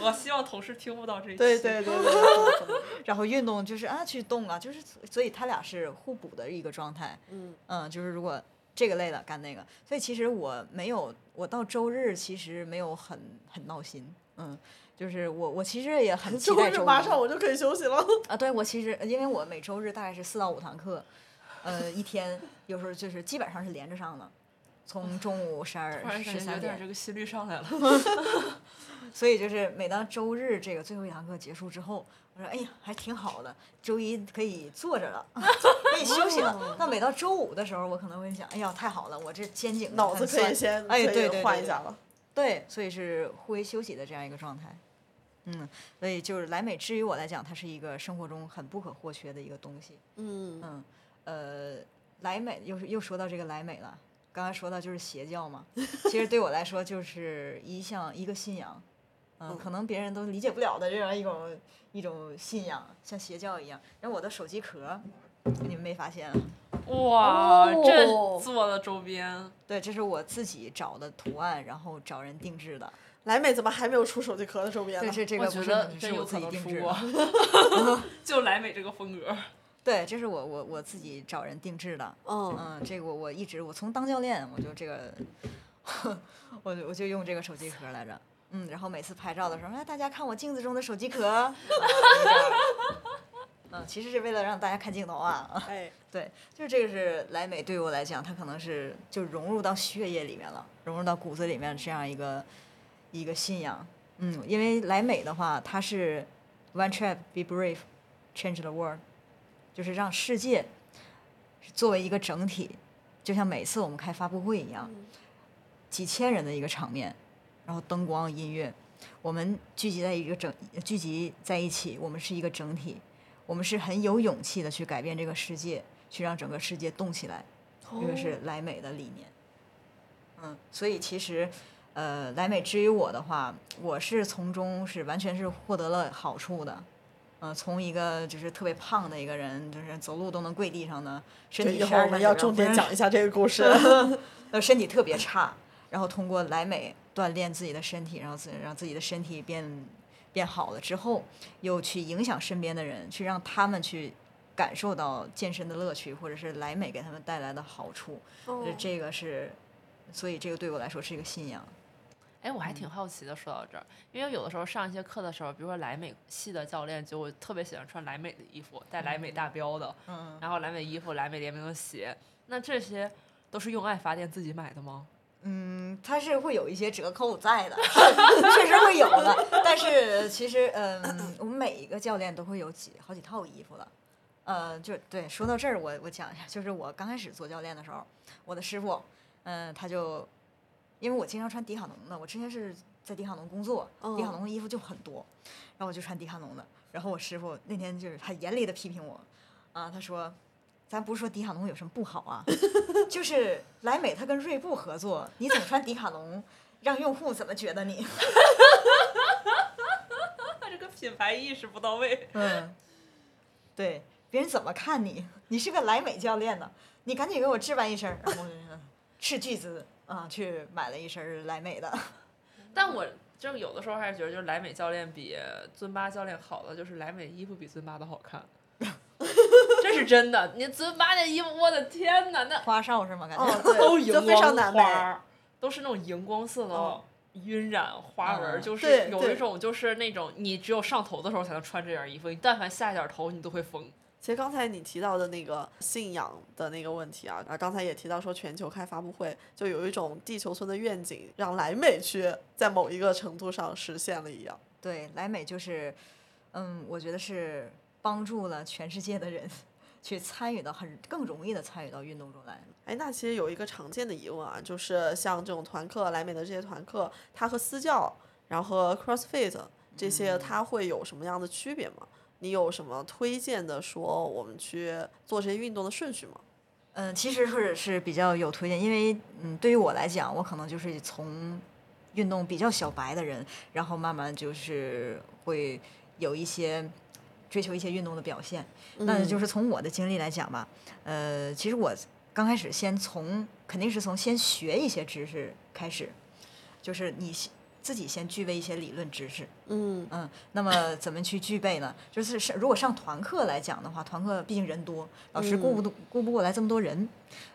我希望同事听不到这一期。对对对对对，对然后运动就是啊去动啊，就是所以他俩是互补的一个状态。嗯嗯，就是如果这个累了干那个，所以其实我没有，我到周日其实没有很很闹心。嗯，就是我我其实也很 <laughs> 期周待日周马上我就可以休息了。啊，对我其实因为我每周日大概是四到五堂课，呃，一天有时候就是基本上是连着上的。从中午十二突然十感觉三有点点这，个心率上 <laughs> 来了。所以就是每当周日这个最后一堂课结束之后，我说哎呀还挺好的，周一可以坐着了， <laughs> 可以休息哦了。那每到周五的时候，我可能会想，哎呀太好了，我这肩颈脑子很可以酸先哎可以对对换对一下了。对，所以是互为休息的这样一个状态。嗯，所以就是莱美，至于我来讲，它是一个生活中很不可或缺的一个东西。嗯嗯，呃，莱美又是又说到这个莱美了，刚才说到就是邪 <laughs> 教嘛，其实对我来说就是一项一个信仰，嗯，可能别人都理解不了的这样一种一种信仰，像邪教一样。然后我的手机壳儿，你们没发现啊？哇，哦这做的周边对，这是我自己找的图案，然后找人定制的。莱美怎么还没有出手机壳的周边对，呢？这这我个不觉是得你是真我有自可己能定出制的，过。<laughs> 就莱美这个风格，对，这是我我我自己找人定制的。嗯，嗯，这个我 <laughs> 我一直我从当教练我就这个，我就我就用这个手机壳来着。嗯，然后每次拍照的时候，哎，大家看我镜子中的手机壳， <laughs> 嗯，其实是为了让大家看镜头啊。哎，对，就是这个是莱美对我来讲，它可能是就融入到血液里面了，融入到骨子里面这样一个一个信仰。嗯，因为莱美的话，它是 One Trip Be Brave Change the World，就是让世界作为一个整体，就像每次我们开发布会一样，几千人的一个场面，然后灯光、音乐，我们聚集在一个整聚集在一起，我们是一个整体，我们是很有勇气的去改变这个世界，去让整个世界动起来。这个哦是莱美的理念。嗯，所以其实，呃，莱美之于我的话，我是从中是完全是获得了好处的。嗯、从一个就是特别胖的一个人，就是走路都能跪地上的，身对，体一会儿我们要重点讲一下这个故 <laughs> 事。呃，身体特别差，然后通过莱美锻炼自己的身体，然后自让自己的身体变变好了之后，又去影响身边的人，去让他们去感受到健身的乐趣，或者是莱美给他们带来的好处。哦呃这个是，所以这个对我来说是一个信仰。哎，我还挺好奇的，说到这儿，因为有的时候上一些课的时候，比如说莱美系的教练，就我特别喜欢穿莱美的衣服，带莱美大标的，嗯，然后莱美衣服、莱美联名的鞋，那这些都是用爱发电自己买的吗？嗯，它是会有一些折扣在的， <laughs> 确实会有的。但是其实，嗯，我们每一个教练都会有几好几套衣服的。呃，就对，说到这儿，我我讲一下，就是我刚开始做教练的时候，我的师傅，嗯、他就，因为我经常穿迪卡侬的，我之前是在迪卡侬工作，迪卡哦侬的衣服就很多，然后我就穿迪卡侬的。然后我师傅那天就是他严厉的批评我，啊，他说，咱不是说迪卡侬有什么不好啊，就是莱美它跟锐步合作，你总穿迪卡 <laughs> 侬，让用户怎么觉得你？那 <laughs> 这个品牌意识不到位。嗯， <laughs> 对，别人怎么看你？你是个莱美教练呢，你赶紧给我置办一身儿，然后我就斥巨资啊去买了一身儿莱美的。但我就是有的时候还是觉得，就是莱美教练比尊巴教练好的，就是莱美衣服比尊巴的好看。 <laughs> 这是真的，你尊巴那衣服，我的天哪，那 <laughs> 花哨是吗？<laughs> 感觉、哦，对，都荧就非常光难花买。儿，都是那种荧光色的嗯晕染花纹儿，嗯就是对有对一种就是那种你只有上头的时候才能穿这件衣服，你但凡下一点头你都会疯。其实刚才你提到的那个信仰的那个问题啊，啊，刚才也提到说全球开发布会，就有一种地球村的愿景，让莱美去在某一个程度上实现了一样。对，莱美就是，嗯，我觉得是帮助了全世界的人去参与到很更容易的参与到运动中来。哎，那其实有一个常见的疑问啊，就是像这种团课，莱美的这些团课，它和私教，然后和 CrossFit 这些，它会有什么样的区别吗？你有什么推荐的说我们去做这些运动的顺序吗？嗯，其实是是比较有推荐，因为嗯，对于我来讲，我可能就是从运动比较小白的人，然后慢慢就是会有一些追求一些运动的表现。那就是从我的经历来讲吧，呃，其实我刚开始先从肯定是从先学一些知识开始，就是你先自己先具备一些理论知识，嗯，嗯，那么怎么去具备呢？就是上如果上团课来讲的话，团课毕竟人多，老师顾不住顾不过来这么多人，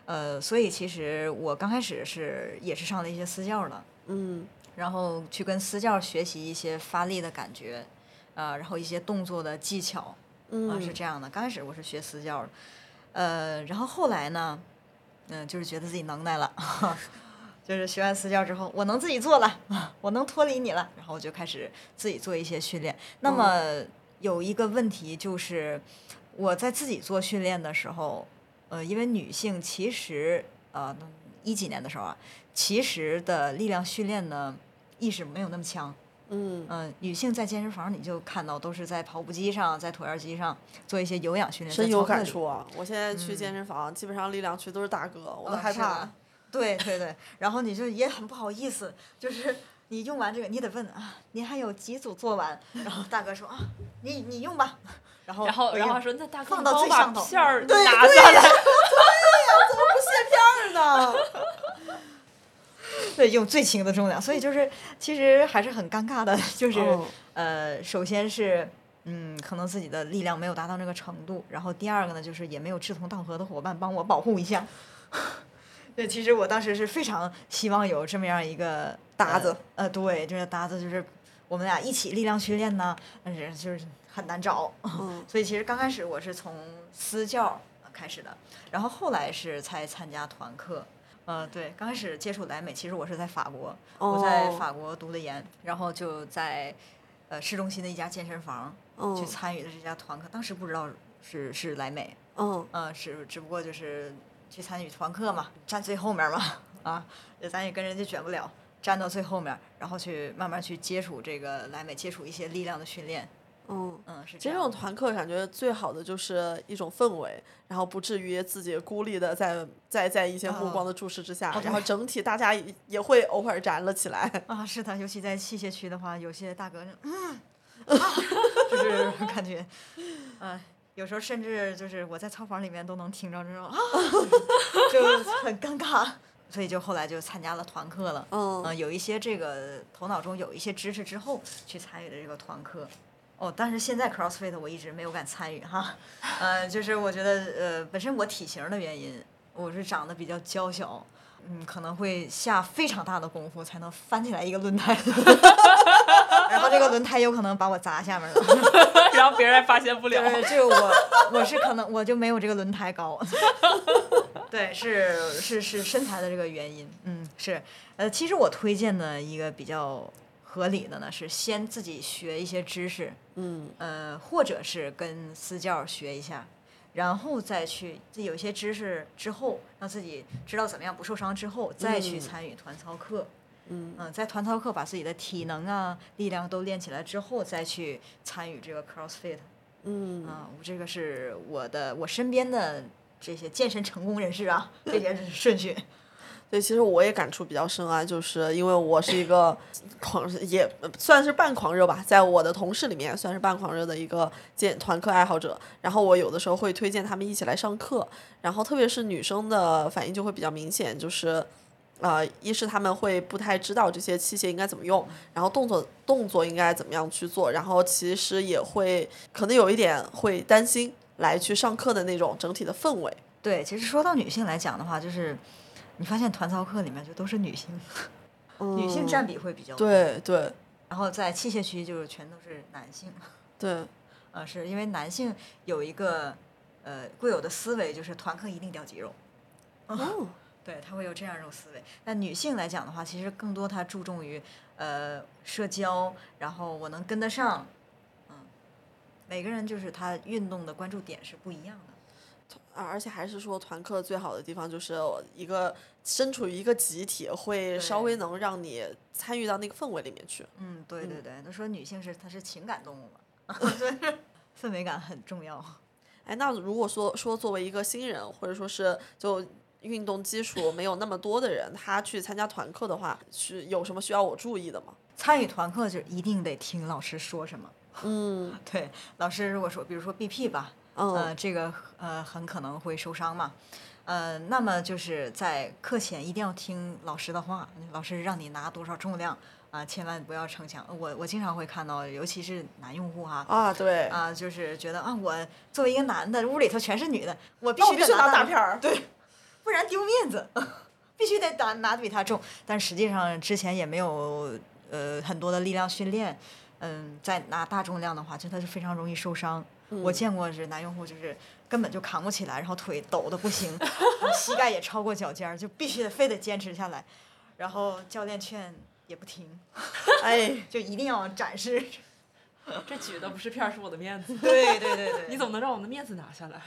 呃，所以其实我刚开始是也是上了一些私教的，嗯然后去跟私教学习一些发力的感觉，啊、然后一些动作的技巧，嗯啊，是这样的。刚开始我是学私教的，呃，然后后来呢，嗯、就是觉得自己能耐了， <laughs> 就是学完私教之后，我能自己做了， <laughs> 我能脱离你了，然后我就开始自己做一些训练。那么有一个问题就是，我在自己做训练的时候，呃，因为女性其实呃一几年的时候啊，其实的力量训练呢意识没有那么强。嗯嗯、女性在健身房你就看到都是在跑步机上、在椭圆机上做一些有氧训练，深在有操课感里触啊！我现在去健身房，基本上力量区都是大哥，我都呃害是怕的。对对对，然后你就也很不好意思，就是你用完这个，你得问啊，您还有几组做完？然后大哥说啊，你你用吧。然后然后我然也后还说那大哥哎放你到帮我最把上头片儿对拿下 <laughs> 来，是的， <laughs> 对用最轻的重量，所以就是其实还是很尴尬的，就是、嗯呃，首先是。嗯，可能自己的力量没有达到那个程度，然后第二个呢，就是也没有志同道合的伙伴帮我保护一下， <laughs> 对，其实我当时是非常希望有这么样一个搭子呃，呃对，这个搭子就是我们俩一起力量训练呐，但是就是很难找。 <laughs> 嗯所以其实刚开始我是从私教呃开始的，然后后来是才参加团课。呃，对，刚开始接触莱美，其实我是在法国，我在哦法国读的研，然后就在呃市中心的一家健身房去嗯参与的这家团课，当时不知道是是莱美，嗯呃，只只不过就是去参与团课嘛，站最后面儿嘛， <laughs> 啊，咱也跟人家卷不了，站到最后面儿，然后去慢慢去接触这个莱美，接触一些力量的训练，嗯。嗯，是其实这这样种的。团课感觉最好的就是一种氛围，然后不至于自己孤立的在在在一些目光的注视之下，然后整体大家也也会偶尔燃了起来。啊，是的，尤其在器械区的话，有些大哥就嗯，啊，就是感觉，啊，有时候甚至就是我在操房里面都能听着这种 <laughs> 啊，就很尴尬，所以就后来就参加了团课了。 <laughs> 嗯呃，有一些这个头脑中有一些知识之后去参与的这个团课。哦，但是现在 CrossFit 我一直没有敢参与哈，呃，就是我觉得呃，本身我体型的原因，我是长得比较娇小，嗯，可能会下非常大的功夫才能翻起来一个轮胎， <laughs> 然后这个轮胎有可能把我砸下面了， <laughs> 然后别人还发现不了就。是就我我是可能我就没有这个轮胎高， <laughs> 对，是是是身材的这个原因，嗯，是，呃，其实我推荐的一个比较合理的呢是先自己学一些知识，嗯呃，或者是跟私教学一下，然后再去自己有一些知识之后，让自己知道怎么样不受伤之后，再去嗯参与团操课。嗯嗯，在团操课把自己的体能啊、力量都练起来之后，再去参与这个 CrossFit。嗯，啊，我这个是我的我身边的这些健身成功人士啊，这些顺序。 <laughs> 对，其实我也感触比较深啊，就是因为我是一个狂，也算是半狂热吧，在我的同事里面算是半狂热的一个健团课爱好者。然后我有的时候会推荐他们一起来上课，然后特别是女生的反应就会比较明显，就是。呃，一是他们会不太知道这些器械应该怎么用，然后动作动作应该怎么样去做，然后其实也会可能有一点会担心来去上课的那种整体的氛围。对，其实说到女性来讲的话，就是你发现团操课里面就都是女性，女性占比。比会比较嗯多。对对然后在器械区就是全都是男性， <laughs> 对，呃，是因为男性有一个呃固有的思维，就是团课一定掉肌肉，哦， <laughs> 对，他会有这样一种思维。那女性来讲的话，其实更多她注重于呃社交，然后我能跟得上，嗯，每个人就是他运动的关注点是不一样的。啊，而且还是说团课最好的地方就是我一个身处于一个集体，会稍对微能让你参与到那个氛围里面去。嗯，对对嗯对，都说女性是她是情感动物嘛， <laughs> 氛围感很重要。哎，那如果说说作为一个新人，或者说是就运动基础没有那么多的人，他去参加团课的话，是有什么需要我注意的吗？参与团课就一定得听老师说什么。嗯对，老师如果说，比如说 BP 吧，呃，嗯这个呃很可能会受伤嘛。呃，那么就是在课前一定要听老师的话，老师让你拿多少重量啊、千万不要逞强。我我经常会看到，尤其是男用户哈，啊，对，啊、就是觉得啊，我作为一个男的，屋里头全是女的，我必那我须必得须拿大大片儿。对，不然丢面子， <laughs> 必须得打拿的比他重。但实际上之前也没有呃很多的力量训练，嗯，在拿大重量的话，真的是非常容易受伤。我见过是男用户，就是根本就扛不起来，然后腿抖的不行， <laughs> 然后膝盖也超过脚尖儿，就必须得非得坚持下来。然后教练劝也不听，哎， <laughs> 就一定要展示。这举的不是片儿，是我的面子。对对 <laughs> 对对，你怎么能让我们的面子拿下来？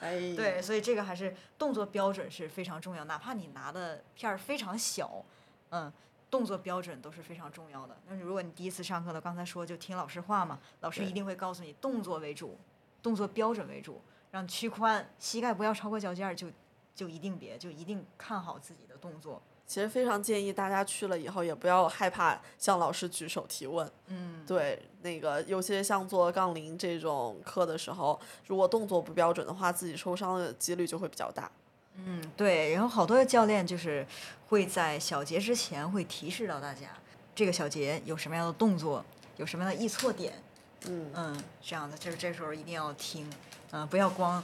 哎， <laughs> 对，，所以这个还是动作标准是非常重要，哪怕你拿的片儿非常小，嗯，动作标准都是非常重要的。那如果你第一次上课了，刚才说就听老师话嘛，老师对一定会告诉你动作为主，动作标准为主，让屈髋、膝盖不要超过脚尖儿，就就一定别，就一定看好自己的动作。其实非常建议大家去了以后也不要害怕向老师举手提问。嗯，对，那个尤其是像做杠铃这种课的时候，如果动作不标准的话，自己受伤的几率就会比较大。嗯，对，然后好多教练就是会在小节之前会提示到大家，这个小节有什么样的动作，有什么样的易错点，嗯嗯，这样的就是这时候一定要听，呃嗯、不要光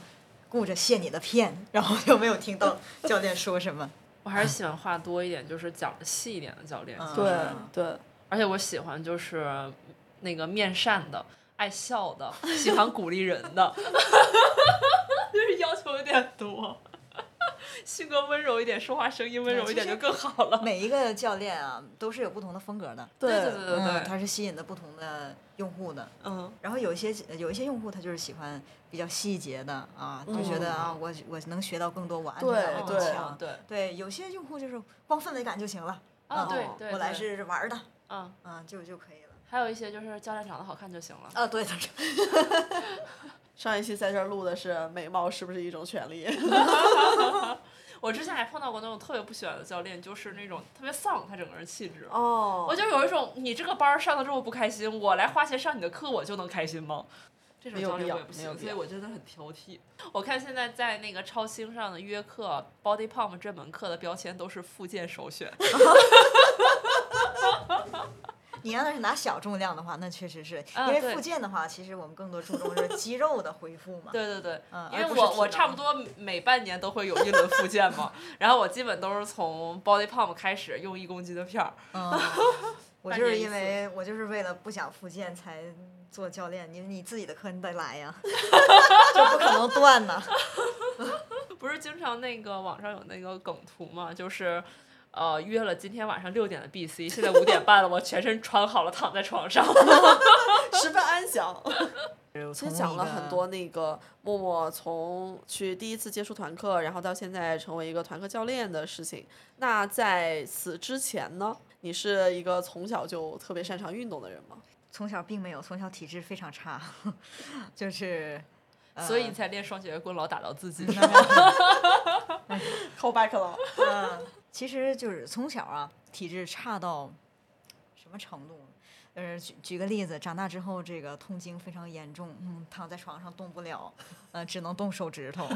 顾着卸你的片，然后又没有听到教练说什么， <laughs> 我还是喜欢话多一点，就是讲细一点的教练。嗯对是对，而且我喜欢就是那个面善的、爱笑的、喜欢鼓励人的， <laughs> 就是要求有点多。性格温柔一点，说话声音温柔一点就更好了。每一个教练啊，都是有不同的风格的。对对对对嗯，对它是吸引的不同的用户的。嗯，然后有一些有一些用户他就是喜欢比较细节的啊，就嗯觉得啊，我我能学到更多，我安全感会对更对强。对对，有些用户就是光氛围感就行了。啊嗯对对，我来对是玩儿的，嗯，啊，就就可以了。还有一些就是教练长得好看就行了。啊，对，上一期在这儿录的是美貌是不是一种权利？我之前还碰到过那种特别不喜欢的教练，就是那种特别丧，他整个人气质。 <laughs> 哦我就有一种，你这个班儿上的这么不开心，我来花钱上你的课，我就能开心吗？这种没有教必练要我也不没有行，必所以要我真的很挑剔。我看现在在那个超星上的约课 Body Pump 这门课的标签都是附件首 <laughs> 选，你要是拿小重量的话，那确实是啊因为对复健的话，其实我们更多注重是肌肉的恢复嘛。 <laughs> 对对对，嗯因为而不是我体我能差不多每半年都会有一轮附 <laughs> 件嘛，然后我基本都是从 Body Pump 开始用一公斤的片儿， <laughs> 嗯，我就半是年一因为我就是为了不想复健才做教练，你你自己的课你得来 <laughs> 呀，就不可能断呐。不是经常那个网上有那个梗图嘛，就是。呃，约了今天晚上六点的 BC，现在五点半了，我全身穿好了，躺在床上。十分安详。其从实讲一了个很多那个默默从去第一次接触团课，然后到现在成为一个团课教练的事情。那在此之前呢，你是一个从小就特别擅长运动的人吗？从小并没有，从小体质非常差， <laughs> <laughs> 就是，呃所以你才练双截棍老打到自 <laughs> 己。扣 back 了，嗯，其实就是从小啊，体质差到什么程度呢？呃，举举个例子，长大之后这个痛经非常严重，嗯，躺在床上动不了，呃，只能动手指头。 <laughs>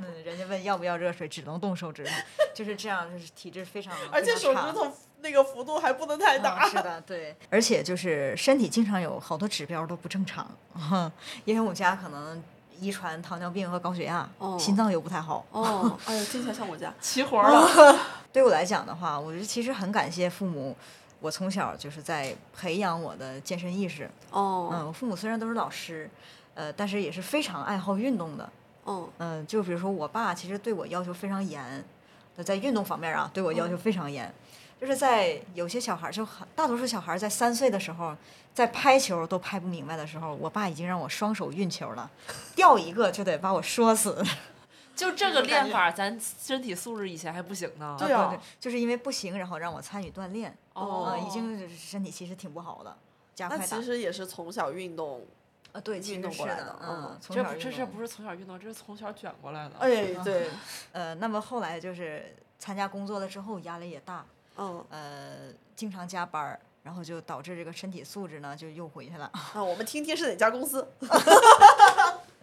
嗯，人家问要不要热水，只能动手指头，就是这样，就是体质非常，而且非手常差指头那个幅度还不能太啊，大。是的，对，而且就是身体经常有好多指标都不正常， <laughs> 因为我家可能遗传糖尿病和高血压，哦心脏又不太好。 <laughs> 哦，哎呀，听起来像我家。齐活了，对我来讲的话，我是其实很感谢父母，我从小就是在培养我的健身意识。嗯，哦，我父母虽然都是老师，呃，但是也是非常爱好运动的。嗯嗯、就比如说我爸，其实对我要求非常严，呃在运动方面啊，对我要求非常严。就是在有些小孩儿，就很大多数小孩儿在三岁的时候，在拍球都拍不明白的时候，我爸已经让我双手运球了，掉一个就得把我说死。就这个练法，咱身体素质以前还不行呢。对啊哦对，就是因为不行，然后让我参与锻炼。啊、已经就是身体其实挺不好的，加那快打其实也是从小运动，啊，对，其运实动过是来的的，嗯嗯，从这小不运这这动不是从小运动，这是从小卷过来的。嗯哎，对，呃，那么后来就是参加工作了之后压力也大，嗯，呃，经常加班儿，然后就导致这个身体素质呢就又回去了。那我们听听是哪家公司？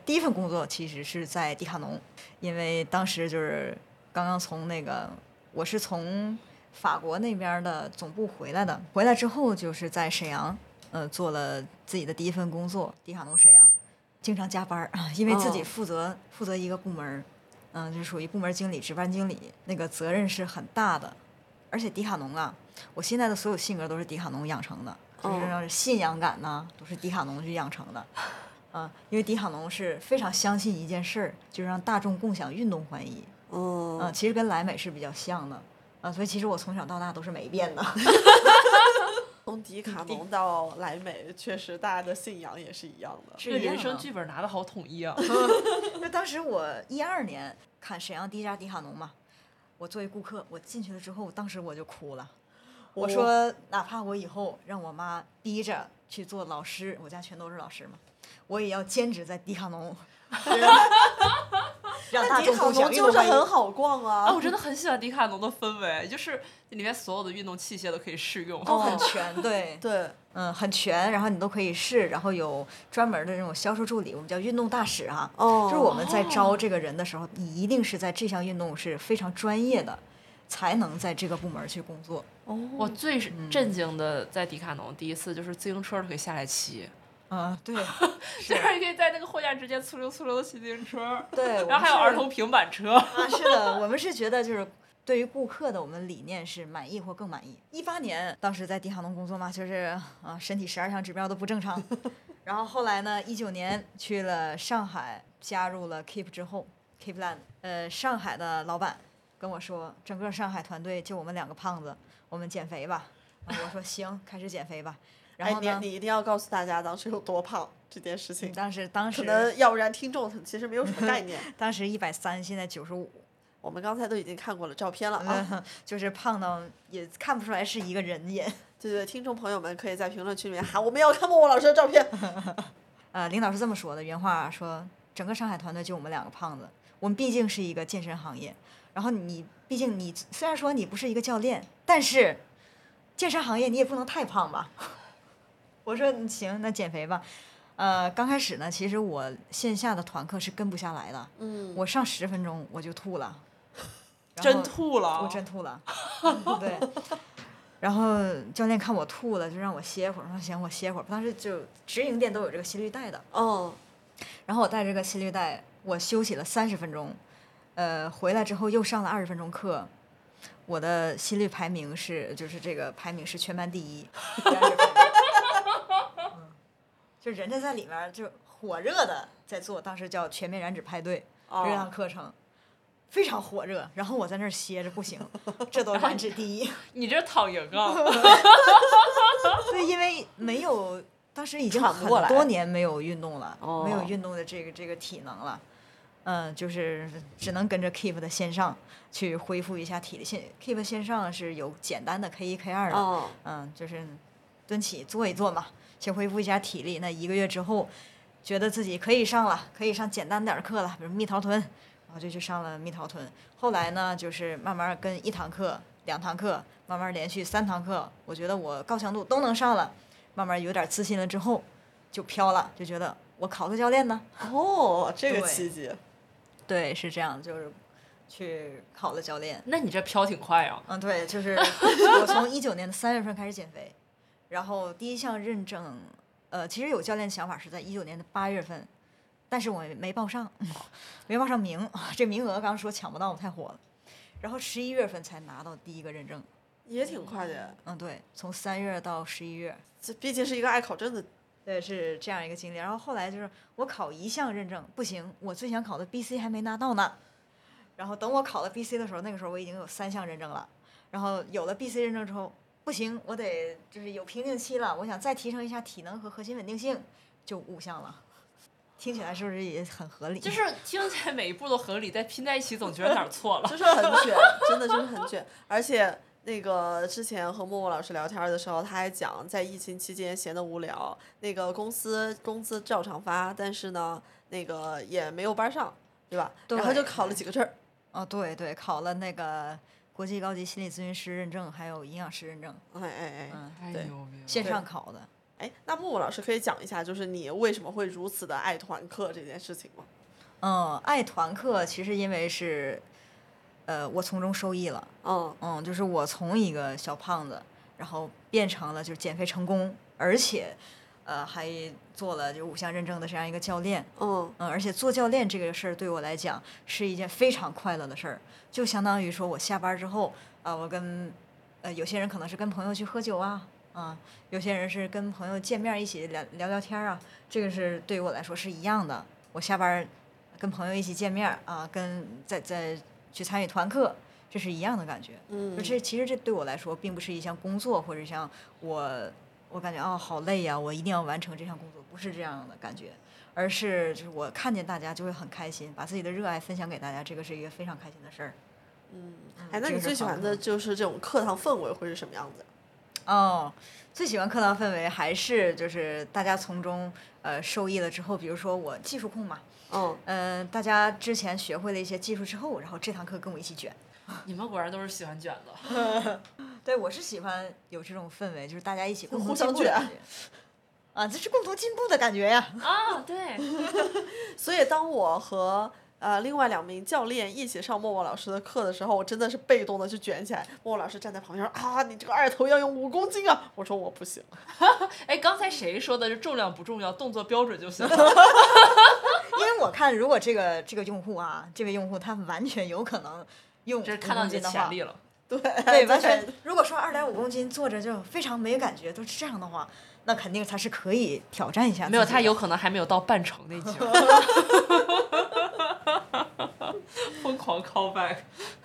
第一份工作其实是在迪卡侬，因为当时就是刚刚从那个我是从法国那边的总部回来的，回来之后就是在沈阳，呃，做了自己的第一份工作，迪卡侬沈阳，经常加班儿，啊因为自己哦负责、负责一个部门儿，嗯、就属于部门经理、值班经理，那个责任是很大的，而且迪卡侬啊，我现在的所有性格都是迪卡侬养成的，就是哦让人信仰感呐，都是迪卡侬去养成的。啊，因为迪卡侬是非常相信一件事儿，就是让大众共享运动欢愉。啊，嗯，其实跟莱美是比较像的。啊，所以其实我从小到大都是没变的。从迪卡侬到莱美，确实大家的信仰也是一样的。这是个一样人生的剧本拿的好统一 <laughs> 啊！就当时我一二年看沈阳第一家迪卡侬嘛，我作为顾客，我进去了之后，当时我就哭了。我哦说，哪怕我以后让我妈逼着去做老师，我家全都是老师嘛，我也要兼职在迪卡侬，让大迪众卡共享侬运就动是欢愉很好逛啊，啊，我，真的很喜欢迪卡侬的氛围，就是里面所有的运动器械都可以试用。都很全，对哦 <laughs> 对，嗯，很全，然后你都可以试，然后有专门的这种销售助理，我们叫运动大使哈、哦就是我们在招这个人的时候，你一定是在这项运动是非常专业的，才能在这个部门去工作。哦我最是震惊的在迪卡侬第一次就是自行车都可以下来骑，嗯，对， <laughs> 就是可以在那个货架之间呲溜呲溜的骑自行车，对，<laughs> 我然后们还有是儿童平板车。啊，是的，我们是觉得就是对于顾客的我们理念是满意或更满意。一八年当时在迪卡侬工作嘛，就是啊身体十二项指标都不 <laughs> 正常，然后后来呢，一九年去了上海，加入了 Keep 之后，Keep Land，呃，上海的老板跟我说，整个上海团队就我们两个胖子，我们减肥吧。啊我说行，开始减肥吧。然后哎，呢，嗯你你一定要告诉大家当时有多胖这件事情，当时当可时能要不然听众其实没有什么概念。当时一百三，现在九十五，我们刚才都已经看过了照片了嗯啊，就是胖到也看不出来是一个人也。对对，听众朋友们可以在评论区里面喊我们要看莫莫老师的照 <laughs> 片。呃，领导是这么说的，原话说，整个上海团队就我们两个胖子，我们毕竟是一个健身行业，然后你毕竟你虽然说你不是一个教练，但是健身行业你也不能太胖吧？ <laughs> 我说嗯行，那减肥吧。呃，刚开始呢，其实我线下的团课是跟不下来的，嗯，我上十分钟我就吐了，然后真吐了，我真吐了，嗯对。然后教练看我吐了，就让我歇会儿，我说行，我歇会儿。当时就直营店都有这个心率带的，嗯，然后我带着个心率带，我休息了三十分钟，呃，回来之后又上了二十分钟课，我的心率排名是就是这个排名是全班第一， <laughs> 嗯就人家在里面儿就火热的在做，当时叫全面燃脂派对哦这堂课程。非常火热，然后我在那儿歇着不行，这都燃脂第一。你这躺赢 <laughs> 啊！ <laughs> 对，因为没有，当时已经喘不过很来多年没有运动了，哦没有运动的这个这个体能了。嗯，就是只能跟着 Keep 的线上去恢复一下体力。线 Keep 线上是有简单的 K 一 K 二的，哦，嗯，就是蹲起做一做嘛，先恢复一下体力。那一个月之后，觉得自己可以上了，可以上简单点儿的课了，比如蜜桃臀，然后就去上了蜜桃臀。后来呢，就是慢慢跟一堂课、两堂课，慢慢连续三堂课，我觉得我高强度都能上了，慢慢有点自信了之后，就飘了，就觉得我考个教练呢。哦，这个对契机，对，是这样，就是去考了教练。那你这飘挺快啊！嗯，对，就是 <laughs> 我从一九年的三月份开始减肥，然后第一项认证，呃，其实有教练想法是在一九年的八月份，但是我没报上， <laughs> 没报上名，这名额刚说抢不到，太火了。然后十一月份才拿到第一个认证，也挺快的。嗯，对，从三月到十一月，这毕竟是一个爱考证的，对，是这样一个经历。然后后来就是我考一项认证不行，我最想考的 BC 还没拿到呢。然后等我考了 BC 的时候，那个时候我已经有三项认证了。然后有了 BC 认证之后，不行，我得就是有瓶颈期了，我想再提升一下体能和核心稳定性，就五项了。听起来是不是也很合理？就是听起来每一步都合理，但拼在一起总觉得哪儿错了就。是很卷，真的就是很卷。而且那个之前和默默老师聊天的时候，他还讲，在疫情期间闲得无聊，那个公司工资照常发，但是呢，那个也没有班上，对吧？对然后就考了几个证儿。哦，对对，考了那个国际高级心理咨询师认证，还有营养师认证，哎哎哎，嗯，太对牛逼了！线上考的。哎，那默默老师可以讲一下，就是你为什么会如此的爱团课这件事情吗？嗯，爱团课其实因为是，呃，我从中受益了。嗯，嗯，就是我从一个小胖子，然后变成了就是减肥成功，而且，呃，还做了就五项认证的这样一个教练。嗯，嗯，而且做教练这个事儿对我来讲是一件非常快乐的事儿，就相当于说我下班儿之后啊、我跟呃有些人可能是跟朋友去喝酒啊，啊、有些人是跟朋友见面儿一起聊聊聊天儿啊，这个是对于我来说是一样的。我下班儿跟朋友一起见面儿啊、跟在在去参与团课，这是一样的感觉。嗯就这其实这对我来说并不是一项工作，或者像我我感觉哦好累呀、我一定要完成这项工作，不是这样的感觉，而是就是我看见大家就会很开心，把自己的热爱分享给大家，这个是一个非常开心的事儿。哎，那你这是最喜团欢的课就是这种课堂氛围会是什么样子？哦，最喜欢课堂氛围还是就是大家从中呃受益了之后，比如说我技术控嘛，嗯，嗯、大家之前学会了一些技术之后，然后这堂课跟我一起卷。你们果然都是喜欢卷子。对，我是喜欢有这种氛围，就是大家一起共同互进相步的卷感觉。 <laughs> 啊，这是共同进步的感觉呀！ <laughs> 啊，对，所以当我和呃另外两名教练一起上默默老师的课的时候，我真的是被动的去卷起来。默默老师站在旁边说：“啊，你这个二头要用五公斤啊！”我说：“我不行。哎，刚才谁说的？这重量不重要，动作标准就行 <laughs> 了。因为我看，如果这个这个用户啊，这位用户他完全有可能用这是看到5你 <laughs> 公斤的潜话力，了。 <laughs> 对，<laughs> 完全。如果说二点五公斤坐着就非常没感觉，都是这样的话，那肯定他是可以挑战一下啊自己的。没有，他有可能还没有到半程那 <laughs> 节。疯狂 call back，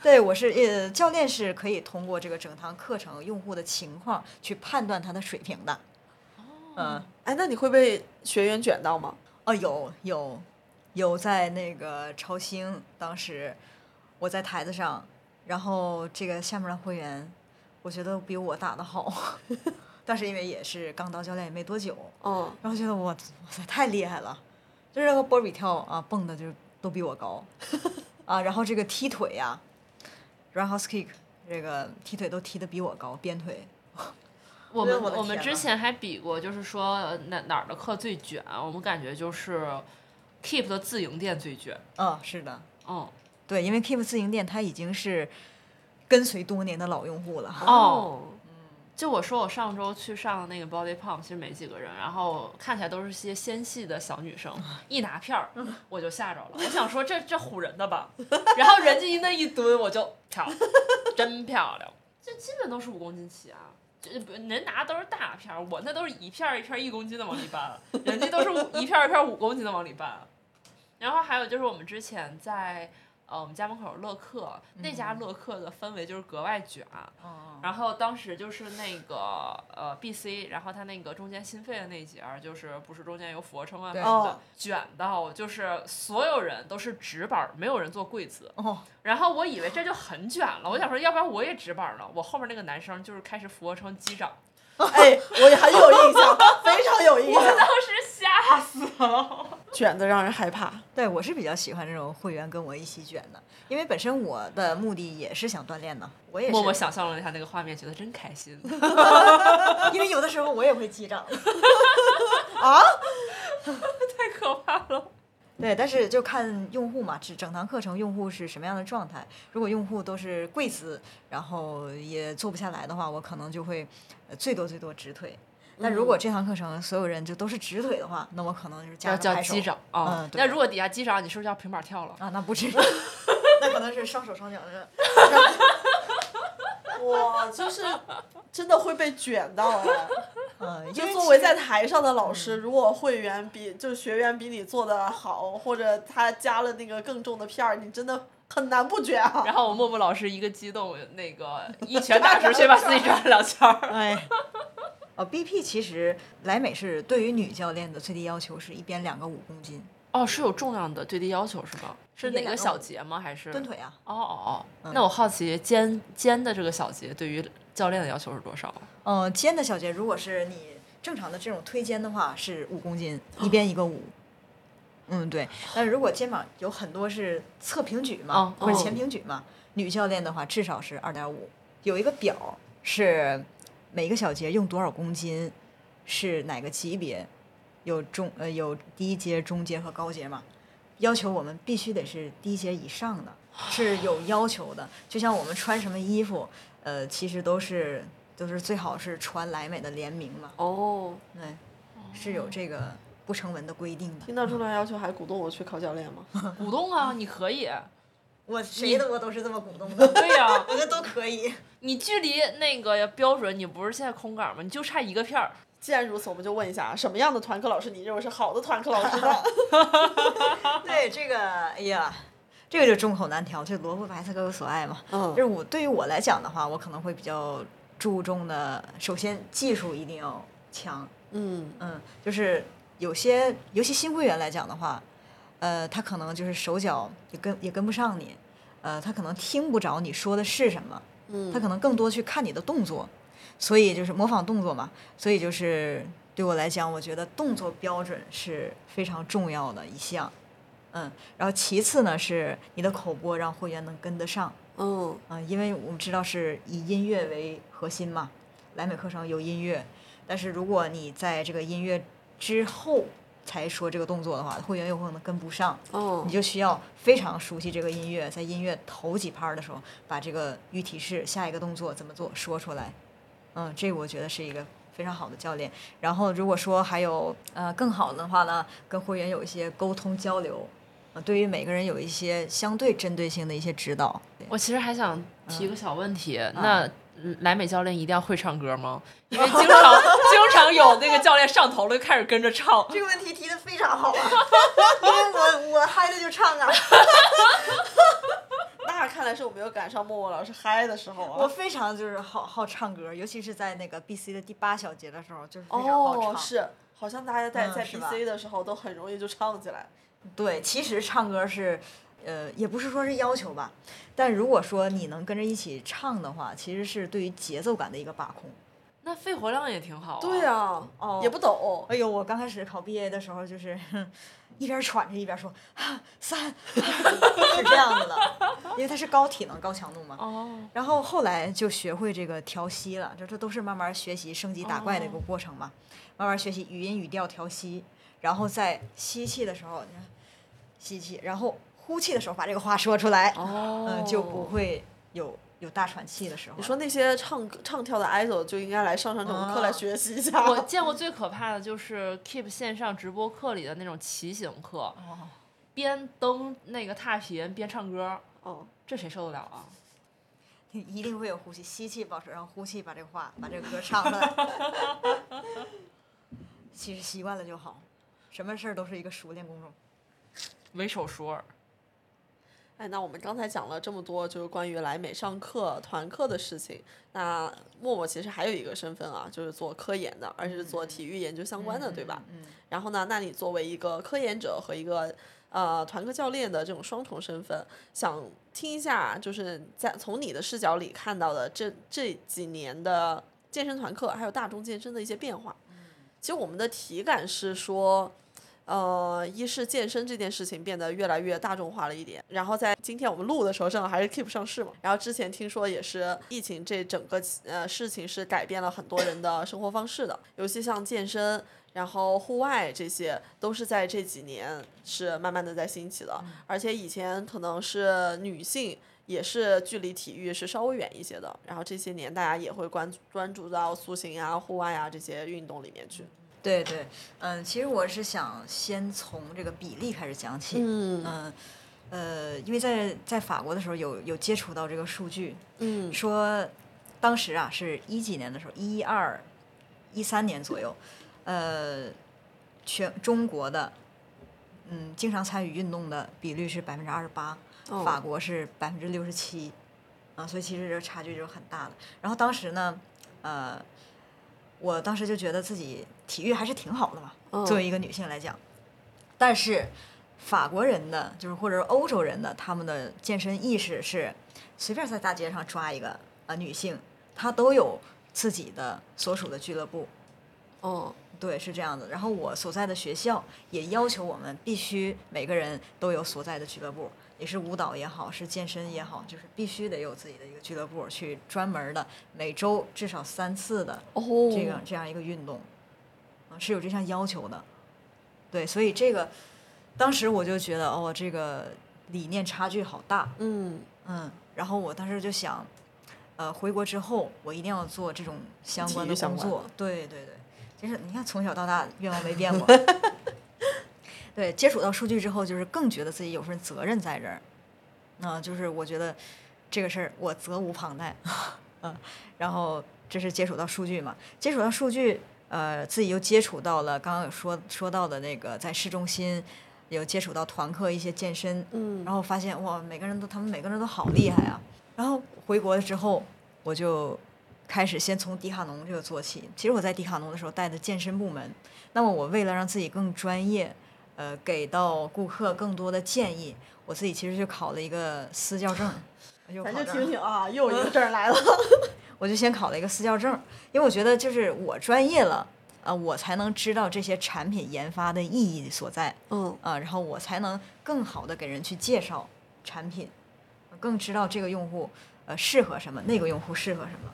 对，我是呃，教练是可以通过这个整堂课程用户的情况去判断他的水平的。嗯，哎，那你会被学员卷到吗？哦，有有有，在那个超星，当时我在台子上，然后这个下面的会员，我觉得比我打的好， <laughs> 但是因为也是刚当教练也没多久，嗯，然后觉得我哇塞太厉害了，就是那个波比跳啊蹦的就都比我高啊，然后这个踢腿啊呀、r u n house kick 这个踢腿都踢的比我高，鞭腿我哎呦们我的我们天之呐前还比过，就是说呃哪哪儿的课最卷，我们感觉就是 Keep 的自营店最卷。啊，是的，嗯，对，因为 Keep 自营店它已经是跟随多年的老用户了，哦，就我说我上周去上那个 Body Pump，其实没几个人，然后看起来都是些纤细的小女生，一拿片儿我就吓着了，我想说这这唬人的吧，然后人家一那一蹲我就漂亮，真漂亮，这基本都是五公斤起啊。这不人拿都是大片儿，我那都是一片儿一片儿一公斤的往里 <laughs> 搬，人家都是五一片儿一片儿五公斤的往里搬。然后还有就是我们之前在呃我们家门口有乐客那家乐客的氛围就是格外卷，啊啊然后当时就是那个呃 B C，然后他那个中间心肺的那一节儿，就是不是中间有俯卧撑啊什对么的哦，卷到就是所有人都是直板儿，没有人坐跪姿。哦， <laughs> 然后我以为这就很卷了，我想说要不然我也直板儿了。我后面那个男生就是开始俯卧撑击掌，哎，我也很有印 <laughs> 象，非常有印我象，当时吓死了。卷的让人害怕。对我是比较喜欢这种会员跟我一起卷的，因为本身我的目的也是想锻炼的，我也是默默想象了一下那个画面，觉得真开 <laughs> 心。 <laughs> 因为有的时候我也会记账。太可怕了。对，但是就看用户嘛，整整堂课程用户是什么样的状态。如果用户都是跪姿，然后也做不下来的话，我可能就会呃最多最多直腿。但如果这堂课程所有人就都是直腿的话，那我可能就是嗯要加上叫拍手击掌啊！嗯对那如果底下击掌，你是不是要平板跳了？啊，那 <laughs> 不至于，那可能是双手双脚的。哇，就是真的会被卷到哎。嗯，因就为作为嗯在台上的老师，如果会员比就是学员比你做的好，或者他加了那个更重的片儿，你真的很难不卷啊。然后我默默老师一个激动，那个一拳打出去，把自己转了两圈儿。哎，哦，BP 其实莱美是对于女教练的最低要求是一边两个五公斤哦，是有重量的最低要求是吧？是哪两个个小舞节吗？还是蹲？腿啊。哦哦哦，那我好奇肩肩的这个小节对于教练的要求是多少？嗯，肩的小节，如果是你正常的这种推肩的话，是五公斤，一边一个五。嗯，对。但是如果肩膀有很多是侧平举嘛，哦或者哦前平举嘛，女教练的话至少是二点五。有一个表是每个小节用多少公斤，是哪个级别，有中呃有低阶、中阶和高阶嘛。要求我们必须得是低阶以上的，是有要求的。就像我们穿什么衣服，呃，其实都是都是最好是穿莱美的联名嘛，哦，对，是有这个不成文的规定的。听到重量要求还鼓动我去考教练吗？ <laughs> <laughs> 鼓动啊，你可以。我嗯谁的我都是这么鼓动的， <laughs> 对呀、 <laughs> 我觉得都可以。你距离那个标准，你不是现在空杆吗？你就差一个片儿。既然如此，我们就问一下，啊什么样的团课老师你认为是好的团课老师呢？ <laughs> 对这个，哎呀，这个就众口难调，就萝卜白菜各有所爱嘛。嗯就是我对于我来讲的话，我可能会比较注重的，首先技术一定要强，嗯，嗯，就是有些尤其新会员来讲的话，呃，他可能就是手脚也跟也跟不上你，呃，他可能听不着你说的是什么，嗯，他可能更多去看你的动作，所以就是模仿动作嘛，所以就是对我来讲，我觉得动作标准是非常重要的一项，嗯，然后其次呢是你的口播让会员能跟得上，嗯，啊、因为我们知道是以音乐为核心嘛，莱美课程有音乐，但是如果你在这个音乐之后才说这个动作的话，会员有可能跟不上，哦你就需要非常熟悉这个音乐，在音乐头几拍儿的时候，把这个预提示下一个动作怎么做说出来，嗯，这个我觉得是一个。非常好的教练，然后如果说还有呃更好的话呢，跟会员有一些沟通交流，呃对于每个人有一些相对针对性的一些指导。对我其实还想提个小问题，那莱美教练一定要会唱歌吗？因为经常经常有那个教练上头了，就开始跟着唱。 <laughs> 这个问题提的非常好啊，哦因为我我嗨的就唱啊， <laughs> 那看来是我没有赶上默默老师嗨的时候我啊。非常就是好好唱歌，尤其是在那个 B C 的第八小节的时候，就是非常好唱。哦，是，好像大家在、嗯在是吧 BC 的时候都很容易就唱起来。对，其实唱歌是，呃，也不是说是要求吧，但如果说你能跟着一起唱的话，其实是对于节奏感的一个把控。那肺活量也挺好、啊。对啊，哦也不抖。哎呦，我刚开始考 BA 的时候，就是哼一边喘着一边说啊三，啊 <laughs> 是这样子的，因为它是高体能、高强度嘛。哦，然后后来就学会这个调息了，这这都是慢慢学习升级打怪哦的一个过程嘛，慢慢学习语音语调调息，然后在吸气的时候，你看吸气，然后呼气的时候把这个话说出来，哦嗯，就不会有有大喘气的时候了。你说那些唱歌唱跳的 idol 就应该来上上这种课啊来学习一下。哦 <laughs> 我见过最可怕的就是 Keep 线上直播课里的那种骑行课，哦边蹬那个踏频边唱歌，哦，这谁受得了啊？一定会有呼吸，吸气保持，然后呼气把这个话把这个歌唱 <laughs> 出来。其实习惯了就好，什么事儿都是一个熟练工种。没手熟儿。哎，那我们刚才讲了这么多，就是关于来美上课、团课的事情。那默默其实还有一个身份啊，就是做科研的，而且是嗯做体育研究相关的，对吧？嗯，然后呢，那你作为一个科研者和一个呃团课教练的这种双重身份，想听一下，就是在从你的视角里看到的这这几年的健身团课，还有大众健身的一些变化。其实我们的体感是说。呃，一是健身这件事情变得越来越大众化了一点，然后在今天我们录的时候，正好还是 Keep 上市嘛。然后之前听说也是疫情这整个呃事情是改变了很多人的生活方式的，尤其像健身，然后户外这些都是在这几年是慢慢的在兴起的，而且以前可能是女性。也是距离体育是稍微远一些的，然后这些年大家也会关注专注到塑形啊、户外啊这些运动里面去。对对，嗯，其实我是想先从这个比例开始讲起。嗯嗯呃，因为在在法国的时候有有接触到这个数据，嗯说当时啊是一几年的时候，一二一三年左右，呃，全中国的嗯经常参与运动的比率是百分之二十八，哦法国是百分之六十七，啊，所以其实这个差距就是很大的。然后当时呢，呃，我当时就觉得自己体育还是挺好的嘛，嗯作为一个女性来讲，但是。法国人的就是或者是欧洲人的，他们的健身意识是随便在大街上抓一个呃女性，她都有自己的所属的俱乐部，哦对，是这样的。然后我所在的学校也要求我们必须每个人都有所在的俱乐部，也是舞蹈也好，是健身也好，就是必须得有自己的一个俱乐部，去专门的每周至少三次的哦，这个这样一个运动，啊，是有这项要求的。对，所以这个当时我就觉得哦，这个理念差距好大。嗯嗯，然后我当时就想，呃，回国之后我一定要做这种相关体的育相工关作。对对对，就是你看从小到大愿望没变 <laughs> 过。对，接触到数据之后，就是更觉得自己有份责任在这儿。那、就是我觉得这个事儿我责无旁贷。嗯，然后这是接触到数据嘛，接触到数据，呃，自己又接触到了刚刚有说说到的那个在市中心。有接触到团课一些健身，嗯然后发现哇，每个人都他们每个人都好厉害啊。然后回国了之后，我就开始先从迪卡侬这个做起。其实我在迪卡侬的时候带的健身部门，那么我为了让自己更专业，呃，给到顾客更多的建议，我自己其实就考了一个私教证。又咱考就证听听啊，又一个证儿来了。我就先考了一个私教证儿，因为我觉得就是我专业了，啊、我才能知道这些产品研发的意义所在。嗯啊，然后我才能更好的给人去介绍产品，更知道这个用户呃适合什么，那个用户适合什么。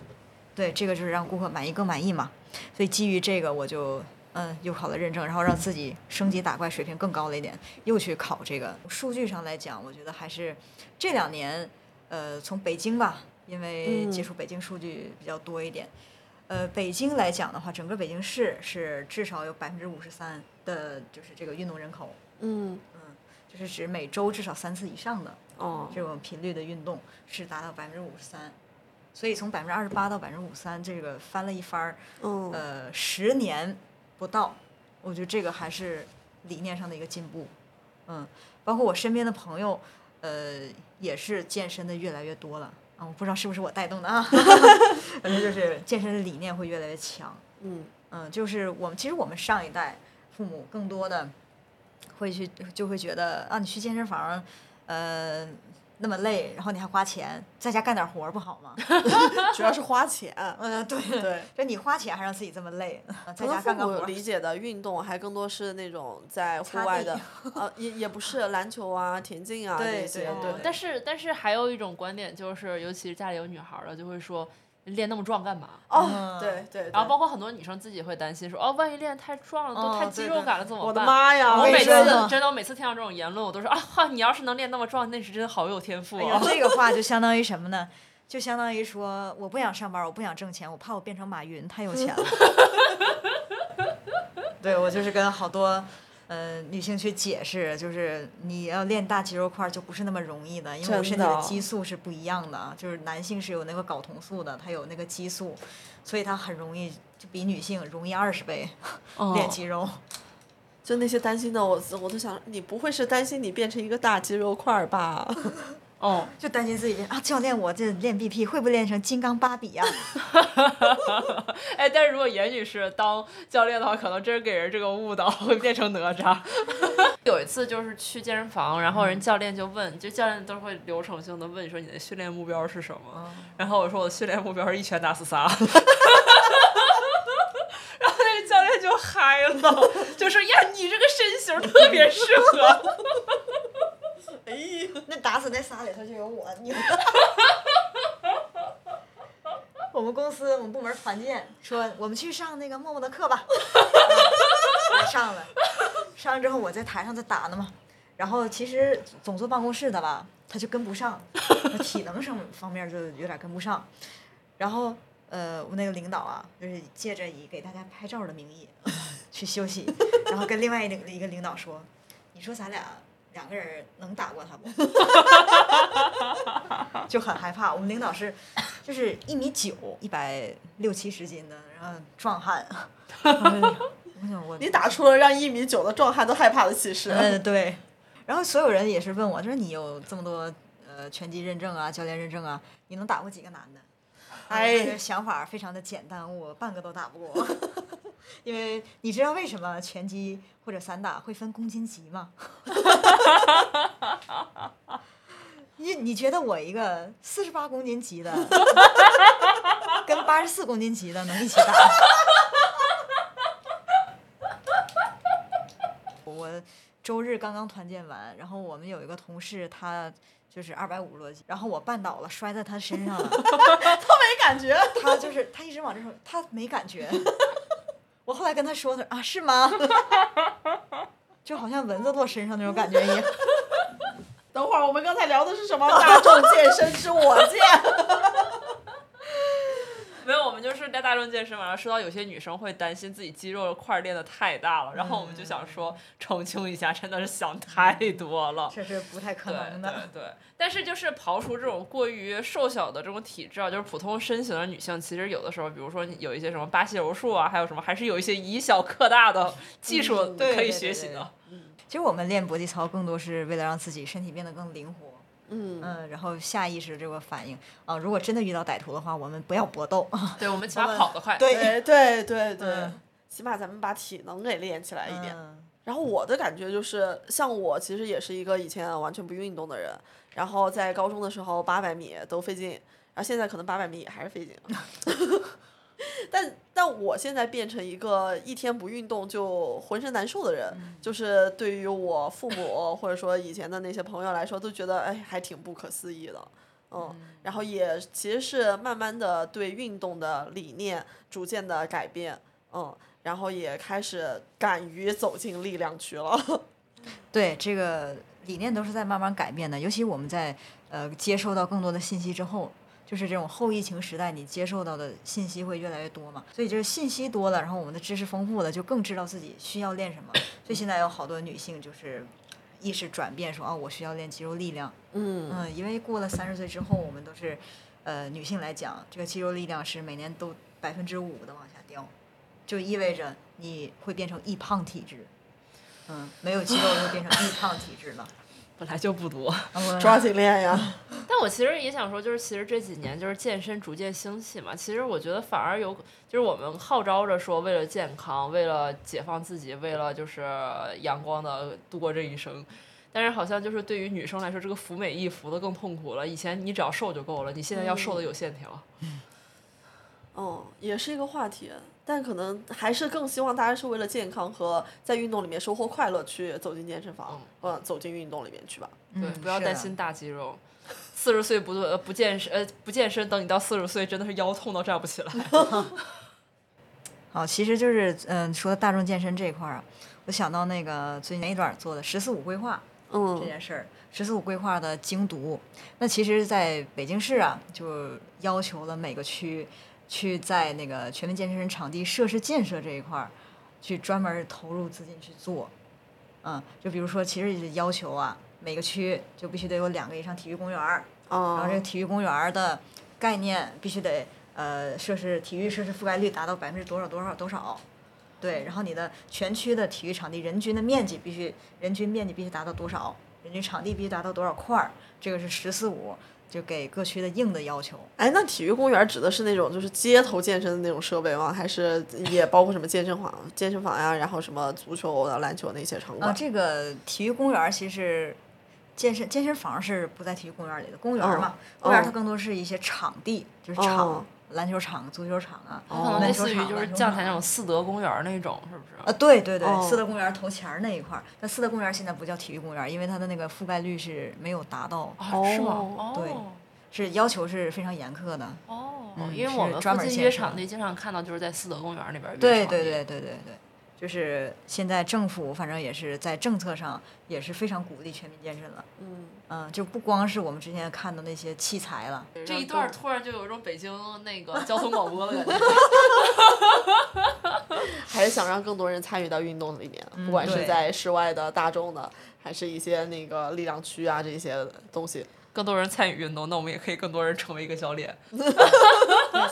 对，这个就是让顾客满意更满意嘛。所以基于这个，我就嗯又考了认证，然后让自己升级打怪水平更高了一点，又去考这个。数据上来讲，我觉得还是这两年呃从北京吧，因为接嗯触北京数据比较多一点。呃，北京来讲的话，整个北京市是至少有百分之五十三的，就是这个运动人口。嗯，就是指每周至少三次以上的哦，这种频率的运动是达到百分之五十三，所以从百分之二十八到百分之五十三，这个翻了一番儿，嗯呃，十年不到，我觉得这个还是理念上的一个进步，嗯，包括我身边的朋友，呃，也是健身的越来越多了啊，我不知道是不是我带动的啊， <laughs> 反正就是健身的理念会越来越强，嗯嗯，就是我们其实我们上一代父母更多的会去就会觉得啊，你去健身房，呃，那么累，然后你还花钱，在家干点活儿不好吗？ <laughs> 主要是花钱。嗯，对对，就你花钱还让自己这么累，呃可在能家父干干活母儿。理解的运动还更多是那种在户擦外地的，呃，也也不是篮球啊、田径啊对这些。对对对，但是但是还有一种观点就是，尤其是家里有女孩儿的，就会说练那么壮干嘛？哦，嗯对对，对然后包括很多女生自己会担心说，哦，万一练太壮了，都哦太肌对肉对感了，怎么我的办？妈呀！我也每也次是呢真的，我每次听到这种言论，我都说啊，哈，你要是能练那么壮，那是真的好有天赋哎啊呀，！这个话就相当于什么呢？就相当于说，我不想上班，我不想挣钱，我怕我变成马云，太有钱了。 <laughs> 对我就是跟好多呃女性去解释，就是你要练大肌肉块儿就不是那么容易的，因为我身体真的的激素是不一样的，就是男性是有那个睾酮素的，他有那个激素，所以他很容易就比女性容易二十倍、哦练肌肉。 <laughs> 就那些担心的，我我都想，你不会是担心你变成一个大肌肉块儿吧？ <laughs> 哦，就担心自己啊，教练，我这练 BP 会不会练成金刚芭比呀、啊哎，但是如果严女士当教练的话，可能真是给人这个误导，会变成哪吒。 <laughs> 嗯有一次就是去健身房，然后人教练就问，就教练都会流程性的问你说你的训练目标是什么？然后我说我的训练目标是一拳打死 <laughs> 仨。然后那个教练就嗨了，就说呀，你这个身形特别适合。 <laughs> 那打死那仨里头就有我，你。我们公司我们部门团建说，我们去上那个默默的课吧。我上了，上了之后我在台上在打呢嘛，然后其实总坐办公室的吧，他就跟不上，体能上方面就有点跟不上。然后呃，我那个领导啊，就是借着以给大家拍照的名义去休息，然后跟另外一个一个领导说：“你说咱俩两个人能打过他不？” <laughs> 就很害怕。我们领导是就是一米九，一百六七十斤的，然后壮汉。 <laughs> 我想我你打出了让一米九的壮汉都害怕的气势。 <laughs> 嗯，对。然后所有人也是问我，就是你有这么多呃拳击认证啊、教练认证啊，你能打过几个男的？哎这个想法非常的简单，我半个都打不过。 <laughs> 因为你知道为什么拳击或者散打会分公斤级吗？ <laughs> 你你觉得我一个四十八公斤级的，跟八十四公斤级的能一起打？我周日刚刚团建完，然后我们有一个同事，他就是二百五十多斤，然后我绊倒了，摔在他身上 <laughs> 了，没感觉，他就是他一直往这说，他没感觉。 <laughs> 我后来跟他说的啊，是吗？ <laughs> 就好像蚊子落身上那种感觉一样。哦等会儿我们刚才聊的是什么？大众健身之我 <laughs> 健。没有，我们就是在大众健身嘛，然后说到有些女生会担心自己肌肉块儿练的太大了，然后我们就想说澄清一下，真的是想太多了。这是 <laughs> 不太可对能对的。对，但是就是刨除这种过于瘦小的这种体质啊，就是普通身形的女性，其实有的时候，比如说有一些什么巴西柔术啊，还有什么，还是有一些以小克大的技术嗯对可对以对学习对的。其实我们练搏击操更多是为了让自己身体变得更灵活，嗯，嗯，然后下意识这个反应啊，如果真的遇到歹徒的话，我们不要搏斗，对我们起码跑得快。对对对对对嗯，起码咱们把体能给练起来一点。嗯然后我的感觉就是，像我其实也是一个以前完全不运动的人，然后在高中的时候八百米都费劲，然后现在可能八百米也还是费劲。 <laughs> 但但我现在变成一个一天不运动就浑身难受的人，就是对于我父母或者说以前的那些朋友来说，都觉得哎还挺不可思议的。嗯，然后也其实是慢慢的对运动的理念逐渐的改变，嗯，然后也开始敢于走进力量区了。 <laughs> 对，这个理念都是在慢慢改变的，尤其我们在呃接受到更多的信息之后，就是这种后疫情时代，你接受到的信息会越来越多嘛，所以就是信息多了，然后我们的知识丰富了，就更知道自己需要练什么。所以现在有好多女性就是意识转变，说啊，我需要练肌肉力量。嗯嗯，因为过了三十岁之后，我们都是，呃，女性来讲，这个肌肉力量是每年都百分之五的往下掉，就意味着你会变成易胖体质。嗯，没有肌肉就变成易胖体质了。本来就不多。 <laughs> 啊我抓紧练呀！但我其实也想说，就是其实这几年就是健身逐渐兴起嘛，其实我觉得反而有，就是我们号召着说，为了健康，为了解放自己，为了就是阳光的度过这一生。但是好像就是对于女生来说，这个服美役服的更痛苦了。以前你只要瘦就够了，你现在要瘦的嗯有线条。哦，也是一个话题，但可能还是更希望大家是为了健康和在运动里面收获快乐去走进健身房，嗯、走进运动里面去吧。对，嗯不要是担的心大肌肉。四十岁不做呃不健身呃不健身，等你到四十岁真的是腰痛到站不起来。好，其实就是嗯、说大众健身这一块儿啊，我想到那个最近一段做的“十四五”规划这嗯件事儿，“十四五”规划的精读，那其实在北京市啊，就要求了每个区去在那个全民健身场地设施建设这一块儿，去专门投入资金去做。嗯，就比如说，其实也是要求啊，每个区就必须得有两个以上体育公园儿，然啊后这个体育公园儿的概念必须得呃设施体育设施覆盖率达到百分之多少多少多少，对，然后你的全区的体育场地人均的面积必须人均面积必须达到多少，人均场地必须达到多少块儿，这个是“十四五”就给各区的硬的要求。哎，那体育公园指的是那种就是街头健身的那种设备吗？还是也包括什么健身房、健身房呀，然后什么足球啊、篮球那些场啊，馆？这个体育公园儿其实健身健身房是不在体育公园儿里的，公园儿嘛，公园儿它哦更多是一些场地，就是场，哦篮球场、足球场啊，哦可能类篮球似于场、就是篮球将场来那种四德公园那种，是不是？啊，对对对，哦四德公园头前儿那一块儿，但四德公园现在不叫体育公园，因为它的那个覆盖率是没有达到，哦，是吗？哦哦，对是要求是非常严苛的。哦，嗯因为是我们专附门近建约设场的地经常看到，就是在四德公园里边儿约对场对地对对对对，就是现在政府反正也是在政策上也是非常鼓励全民健身了。嗯，嗯，就不光是我们之前看的那些器材了， <laughs> 这一段儿突然就有一种北京那 <laughs> 个交通广播的感觉。还是想让更多人参与到运动里面，不管是嗯对在室外的、大众的，还是一些那个力量区啊这些东西。 <laughs> 更多人参与运动，那我们也可以更多人成为一个教练。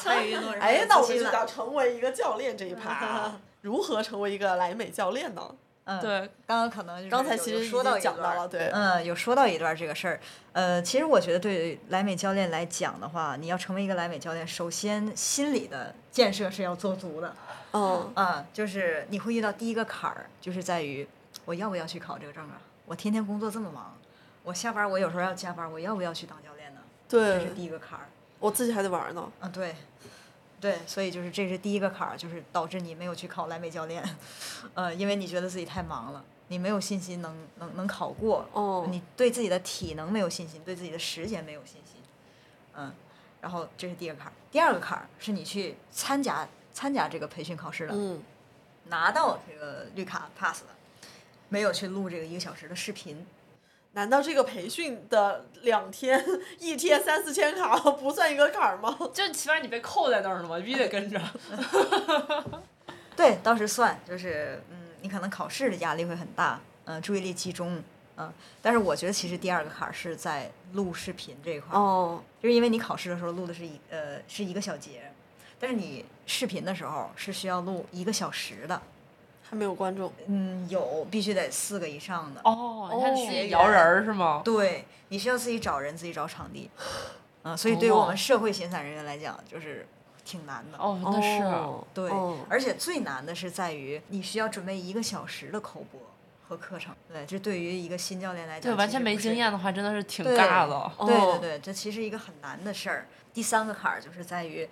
参与运动人哎，那我们就到成为一个教练这一趴，如何成为一个莱美教练呢？嗯，对，刚刚可能就是刚才有其有实已说到经一讲段到儿了，对，嗯，有说到一段这个事儿，呃，其实我觉得对于莱美教练来讲的话，你要成为一个莱美教练，首先心理的建设是要做足的嗯，啊，就是你会遇到第一个坎儿，就是在于我要不要去考这个证啊？我天天工作这么忙，我下班儿我有时候要加班儿，我要不要去当教练呢？这对是，第一个坎儿我自己还得玩呢。啊，对。对，所以就是这是第一个坎儿，就是导致你没有去考莱美教练，呃，因为你觉得自己太忙了，你没有信心能能能考过，哦，你对自己的体能没有信心，对自己的时间没有信心，嗯，然后这是第一个坎儿。第二个坎儿是你去参加参加这个培训考试了，嗯，拿到这个绿卡 pass 了，没有去录这个一个小时的视频，难道这个培训的两天，一天三四千卡 <laughs> 不算一个坎儿吗？就起码你被扣在那儿了嘛，必须得跟着。对，当时算就是，嗯，你可能考试的压力会很大，嗯、注意力集中，嗯、但是我觉得其实第二个坎儿是在录视频这一块儿，哦，就是因为你考试的时候录的是一呃是一个小节，但是你视频的时候是需要录一个小时的，还没有观众。嗯，有必须得四个以上的，哦，你看自哦己摇人儿是吗？对，你需要自己找人，自己找场地，嗯、所以对于我们社会闲散人员来讲，就是挺难的。哦，那是哦啊对，哦而且最难的是在于你需要准备一个小时的口播和课程，对，这对于一个新教练来讲，对，完全没经。验的话，真的是挺尬的。对哦对对，这其实一个很难的事儿。第三个坎儿就是在于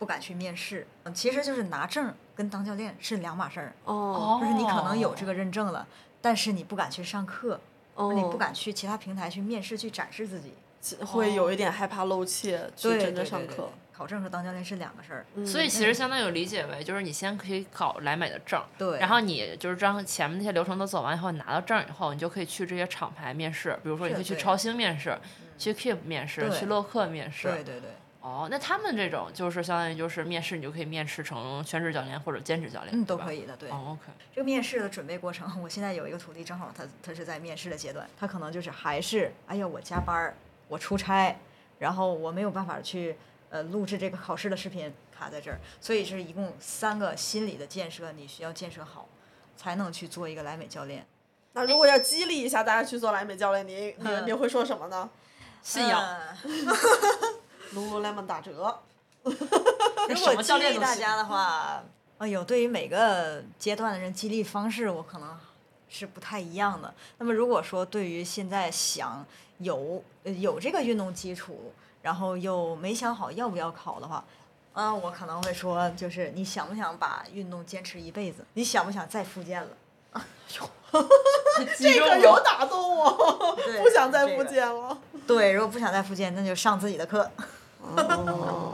不敢去面试，嗯其实就是拿证儿跟当教练是两码事儿，哦就是你可能有这个认证了，但是你不敢去上课，哦，你不敢去其他平台去面试去展示自己，会有一点害怕露怯，去对真对正上对对课。嗯考证和当教练是两个事儿。所以其嗯实相当有理解为，就是你先可以考莱美的证，对然后你就是让前面那些流程都走完以后，你拿到证以后，你就可以去这些厂牌面试，比如说你是可以去对嗯超星面试，去 Keep 面试，对去乐客面试。对对对，哦，那他们这种就是相当于就是面试，你就可以面试成全职教练或者兼职教练，嗯，对都吧可。以的，嗯对。哦，OK，这个面试的准备过程，我现在有一个徒弟，正好他他是在面试的阶段，他可能就是还是，哎呀，我加班儿，我出差，然后我没有办法去呃录制这个考试的视频，卡在这儿，所以是一共三个心理的建设，你需要建设好，才能去做一个莱美教练。那如果要激励一下大家去做莱美教练， <laughs> 你你你会说什么 <laughs> 呢信仰。嗯？Lululemon 打折，那如什果么激教练励都大行家的话，哎呦，对于每个阶段的人激励方式，我可能是不太一样的。那么如果说对于现在想有呃有这个运动基础，然后又没想好要不要考的话，嗯、我可能会说，就是你想不想把运动坚持一辈子？你想不想再复健了？这这个有打动我，对 <laughs> 不想再这复个健了。对，如果不想再复健，那就上自己的课。 <laughs>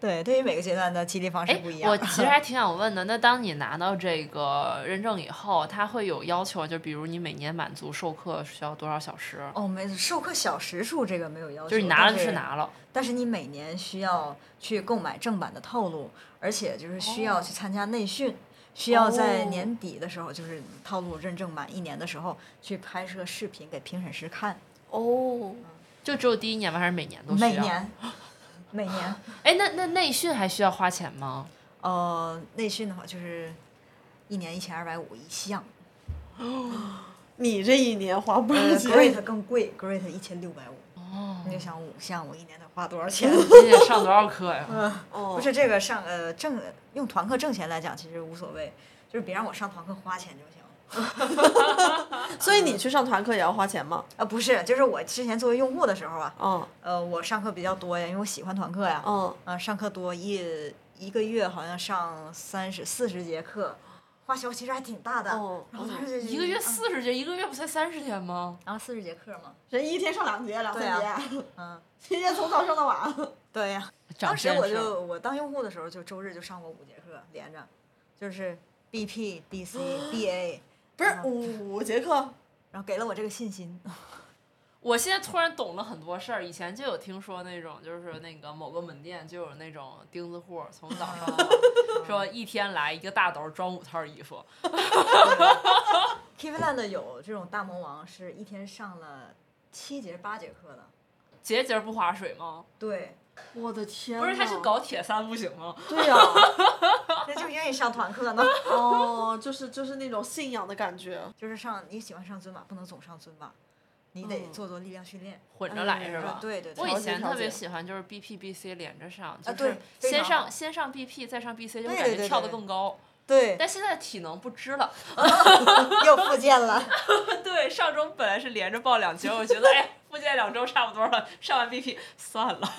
对，对于每个阶段的激励方式哦哎不一，样。我其实 <laughs> 还挺想问的，那当你拿到这个认证以后，他会有要求，就比如你每年满足授课需要多少小时？哦，没授课小时数这个没有要求，就是你拿了但就是拿了，但是你每年需要去购买正版的套路，而且就是需要哦去参加内训，需要在哦年底的时候，就是套路认证满一年的时候，去拍摄视频给评审师看。哦，就只有第一年吗？还是每年都需要？每。年， <laughs> 每年，哎，那那内训还需要花钱吗？呃，内训的话就是一年一千二百五一项你这一年花不少呃，Great 钱，更贵，Great 一千六百五。哦，你就想五项，我一年得花多少钱？ <laughs> <laughs> 你得上多少课呀？哦不是这个上呃挣用团课挣钱来讲，其实无所谓，就是别让我上团课花钱就行。所以你去上团课也要花钱吗？啊，不是，就是我之前作为用户的时候啊，嗯呃，我上课比较多呀，因为我喜欢团课呀，嗯、嗯，上课多一一个月好像上三十四十节课，花销其实还挺大的。哦然后当时 <laughs> 就一个月啊四十节，一个月不才三十天吗？然后四十节课嘛，人一天上两节，两对三节，啊嗯，天天从早上到晚。对呀、长当时见我识了就我当用户的时候，就周日就上过五节课连着，就是 BP、DC、BA，不是五五节课，然后给了我这个信心。我现在突然懂了很多事儿，以前就有听说那种，就是那个某个门店就有那种钉子户，从早上哦 <laughs> 到晚说嗯一天来一个大斗装五套衣服， Kivland 有这种大魔王，是一天上了七节八节课的。节节不划水吗？对，我的天不是他去呐嗯搞铁三不行吗？对啊呀、 <laughs> 那就愿意上团课 <laughs> 呢。哦，就是就是那种信仰的感觉。就是上你喜欢上尊吧，不能总上尊吧，你得嗯做做力量训练。混着嗯来哎是吧？对对对我以前调节特别调节喜欢就是 B P B C 连着上，就啊对是非先常上好先上 B P 再上 B C，就对感对觉对跳得对更高。对，但现在体能不支了。 <laughs> 又复健 <laughs> 了。对，上周本来是连着报两节，我觉得 <laughs> 哎，复健两周差不多了，上完 B P 算了，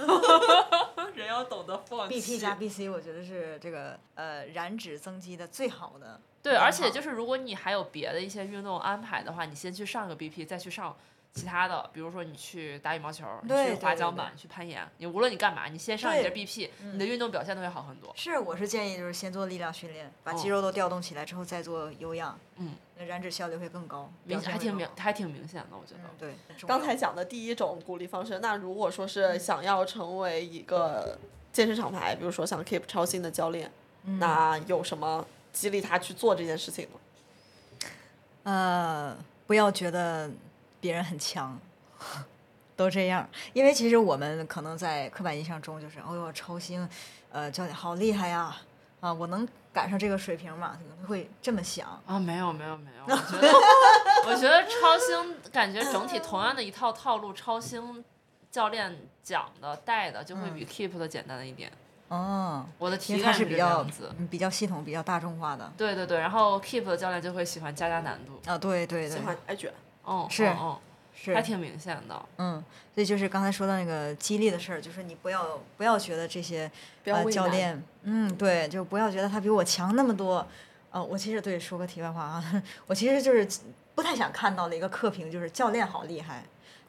<laughs> 人要懂得放弃。 BP 加 BC，我觉得是这个呃燃脂增肌的最好的。对，而且就是是如果你还有别的一些运动安排的话，你先去上个 BP，再去上其他的，比如说你去打羽毛球，你对去对滑对桨对板，去攀岩，你无论你干嘛，你先上一节对嗯 BP，你的运动表现都会好很多。是我是建议就是先做力量训练，把肌哦肉都调动起来之后再做有氧，嗯，那燃脂效率会更高，明显表现还会挺更明好，还挺明显的，我觉得。嗯对，很重刚要才讲的第一种鼓励方式，那如果说嗯是想要成为一个健身厂牌，比如说像 Keep 超新的教练，嗯那有什么激励他去做这件事情吗？呃，不要觉得别人很强， <laughs> 都这样。因为其实我们可能在刻板印象中就是，哦呦，超星，呃，教练好厉害呀，啊，我能赶上这个水平吗？可能会这么想。啊，没有没有没 <laughs> 有，我觉得我觉得超星感觉整体同样的一套套路，超星教练讲的带的就会比 Keep 的简单一点。哦，我的嗯因体为它感是比这较样子。嗯比较系统、比较大众化的。对对对，然后 Keep 的教练就会喜欢加加难度，啊，对对对喜，欢爱卷，嗯，是嗯，嗯是还挺明显的。嗯，所以就是刚才说到那个激励的事儿，就是你不要不要觉得这些不要呃畏教难练，嗯，对，就不要觉得他比我强那么多。呃，我其实对说个题外话啊， <laughs> 我其实就是不太想看到的一个课评，就是教练好厉害，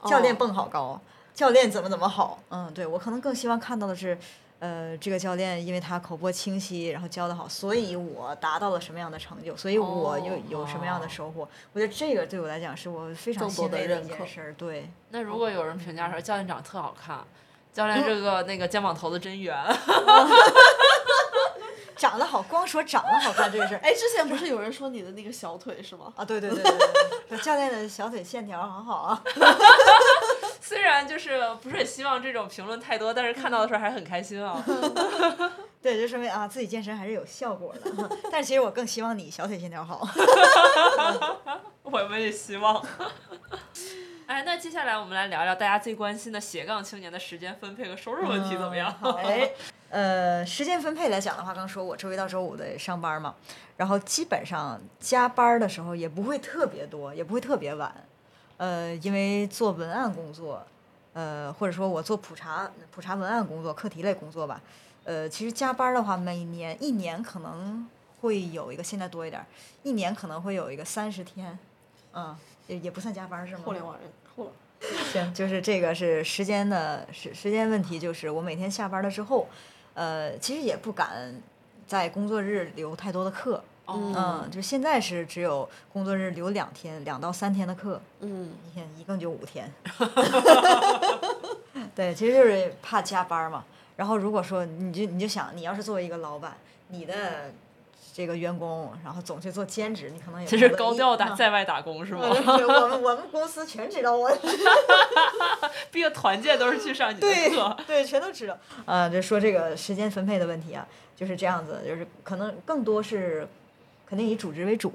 教练哦蹦好高，教练怎么怎么好。嗯，对我可能更希望看到的是，呃，这个教练因为他口播清晰，然后教得好，所以我达到了什么样的成就，所以我又哦有什么样的收获。我觉得这个对我来讲是我非常更多欣的慰的认一件可事儿。对，那如果有人评价说教练长得特好看，教练这个那个肩膀头子真圆， <laughs> 长得好，光说长得好看这个事儿。哎，之前不是有人说你的那个小腿是吗？啊，对对对对对，对教练的小腿线条很好啊。虽然就是不是很希望这种评论太多，但是看到的时候还是很开心啊。对，就说明啊，自己健身还是有效果的。 <laughs> 但是其实我更希望你小腿线条好。我们也希望。 <laughs> 哎，那接下来我们来聊聊大家最关心的斜杠青年的时间分配和收入问题怎么样？嗯好 <laughs> 哎，呃，时间分配来讲的话，刚说我周一到周五得上班嘛，然后基本上加班的时候也不会特别多，也不会特别晚。呃，因为做文案工作，呃，或者说我做普查普查文案工作、课题类工作吧，呃，其实加班的话，每年一年可能会有一个，现在多一点儿，一年可能会有一个三十天，嗯，也也不算加班是吗？互联网人，互联行，就是这个是时间的时时间问题，就是我每天下班了之后，呃，其实也不敢在工作日留太多的课，哦，嗯，就现在是只有工作日留两天，两到三天的课，嗯，一天一共就 <laughs> 五天。对，其实就是怕加班嘛。然后如果说你就你就想，你要是作为一个老板，你的这个员工，然后总去做兼职，你可能也这不是乐高意调打嗯在外打工是吗？ <laughs> 对我们我们公司全知道我。毕业团建都是去上你的课，对， <laughs> 全都知道。啊，就说这个时间分配的问题啊，就是这样子，就是可能更多是肯定以主职为主，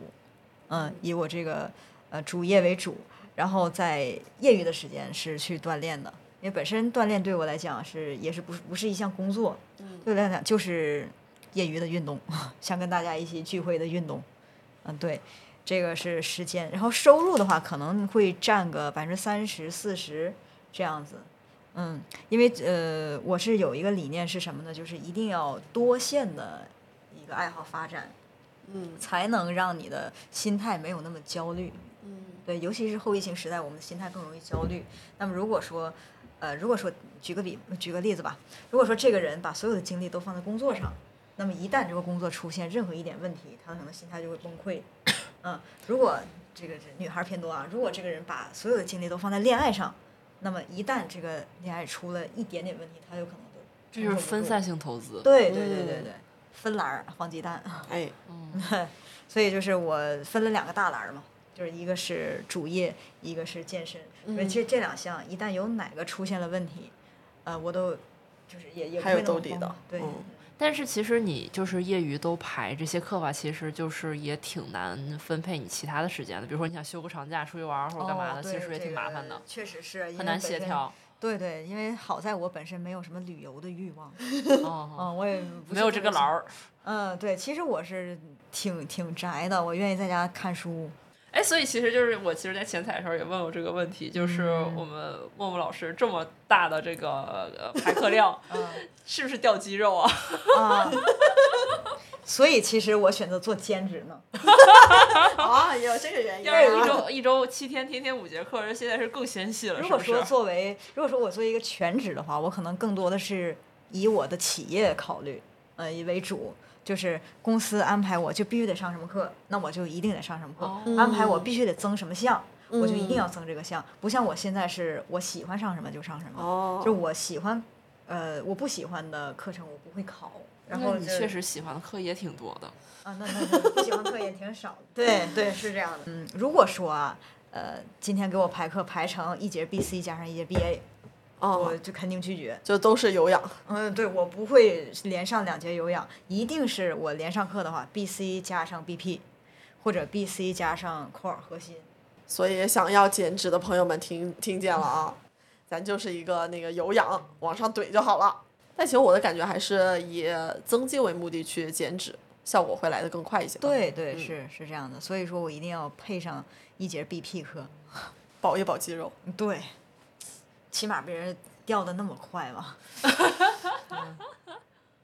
嗯，以我这个呃主业为主，然后在业余的时间是去锻炼的，因为本身锻炼对我来讲是也是不是不是一项工作，对我来讲就是业余的运动， <laughs> 想跟大家一起聚会的运动，嗯，对。这个是时间，然后收入的话可能会占个百分之三十、四十这样子，嗯，因为呃，我是有一个理念是什么呢？就是一定要多线的一个爱好发展，嗯才能让你的心态没有那么焦虑。嗯对，尤其是后疫情时代，我们的心态更容易焦虑。那么如果说，呃，如果说举个比举个例子吧，如果说这个人把所有的精力都放在工作上，那么一旦这个工作出现任何一点问题，他可能心态就会崩溃。嗯，如果这个这女孩偏多啊，如果这个人把所有的精力都放在恋爱上，那么一旦这个恋爱出了一点点问题，他有可能就这 <laughs> 就是分散。性投资。对对对对嗯对，分栏儿放鸡蛋。哎，嗯所以就是我分了两个大栏儿嘛，就是一个是主业，一个是健身。所以嗯这这两项一旦有哪个出现了问题，呃，我都就是也也不还有会那么兜底的慌对。嗯但是其实你就是业余都排这些课吧，其实就是也挺难分配你其他的时间的。比如说你想休个长假出去玩儿或者干嘛的，哦、其实对也这挺麻烦个的，确实是因为很难本协身。调。对对，因为好在我本身没有什么旅游的欲 <laughs> 望，哦，嗯，我也不没是有特这别个喜劳儿。嗯，对，其实我是挺挺宅的，我愿意在家 <laughs> 看书。哎，所以其实就是我，其实，在前采的时候也问过这个问题，就是嗯我们默默老师这么大的这个呃排课 <laughs> 量，嗯是不是掉肌肉啊？啊， <laughs> 所以其实我选择做兼职呢。啊，有这个原因要 <laughs> 对是啊一周一周七天，天天五节课，这现在是更纤细了，如是果不是啊说？作为，如果说我作为一个全职的话，我可能更多的是以我的企业考虑，呃，以为主，就是公司安排我就必须得上什么课，那我就一定得上什么课，哦安排我必须得增什么项，我就一定要增这个项，不像我现在是我喜欢上什么就上什么，哦就我喜欢，呃，我不喜欢的课程我不会考，然后那你就确实喜欢的课也挺多的。啊，那那那不喜欢课也挺少的。对对，是这样的。嗯，如果说啊，呃，今天给我排课排成一节 B C 加上一节 B A，、我哦，就肯定拒绝。就都是有氧，嗯，对我不会连上两节有氧，一定是我连上课的话，B C 加上 B P，或者 B C 加上 core 核心。所以想要减脂的朋友们听听见了啊，咱就是一个那个有氧往上怼就好了。但其实我的感觉还是以增肌为目的去减脂，效果会来的更快一些。，对对，是是这样的。所以说我一定要配上一节 B P 课。保一保肌肉。对，起码别人掉的那么快嘛。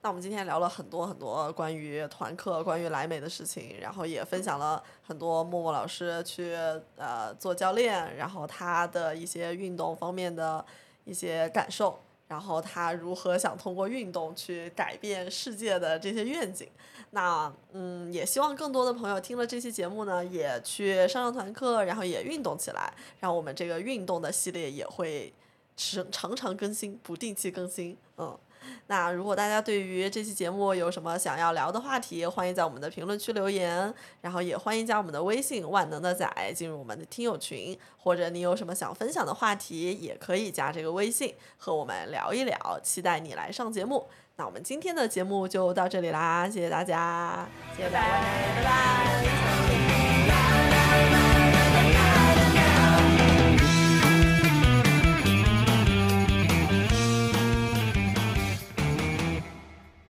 那我们今天聊了很多很多关于团课、关于莱美的事情，然后也分享了很多默默老师去呃做教练，然后他的一些运动方面的一些感受，然后他如何想通过运动去改变世界的这些愿景。那嗯，也希望更多的朋友听了这期节目呢，也去上上团课，然后也运动起来，让我们这个运动的系列也会时常常更新，不定期更新。嗯，那如果大家对于这期节目有什么想要聊的话题，欢迎在我们的评论区留言，然后也欢迎加我们的微信“万能的仔”进入我们的听友群，或者你有什么想分享的话题，也可以加这个微信和我们聊一聊，期待你来上节目。那我们今天的节目就到这里啦，谢谢大家，拜拜，拜拜。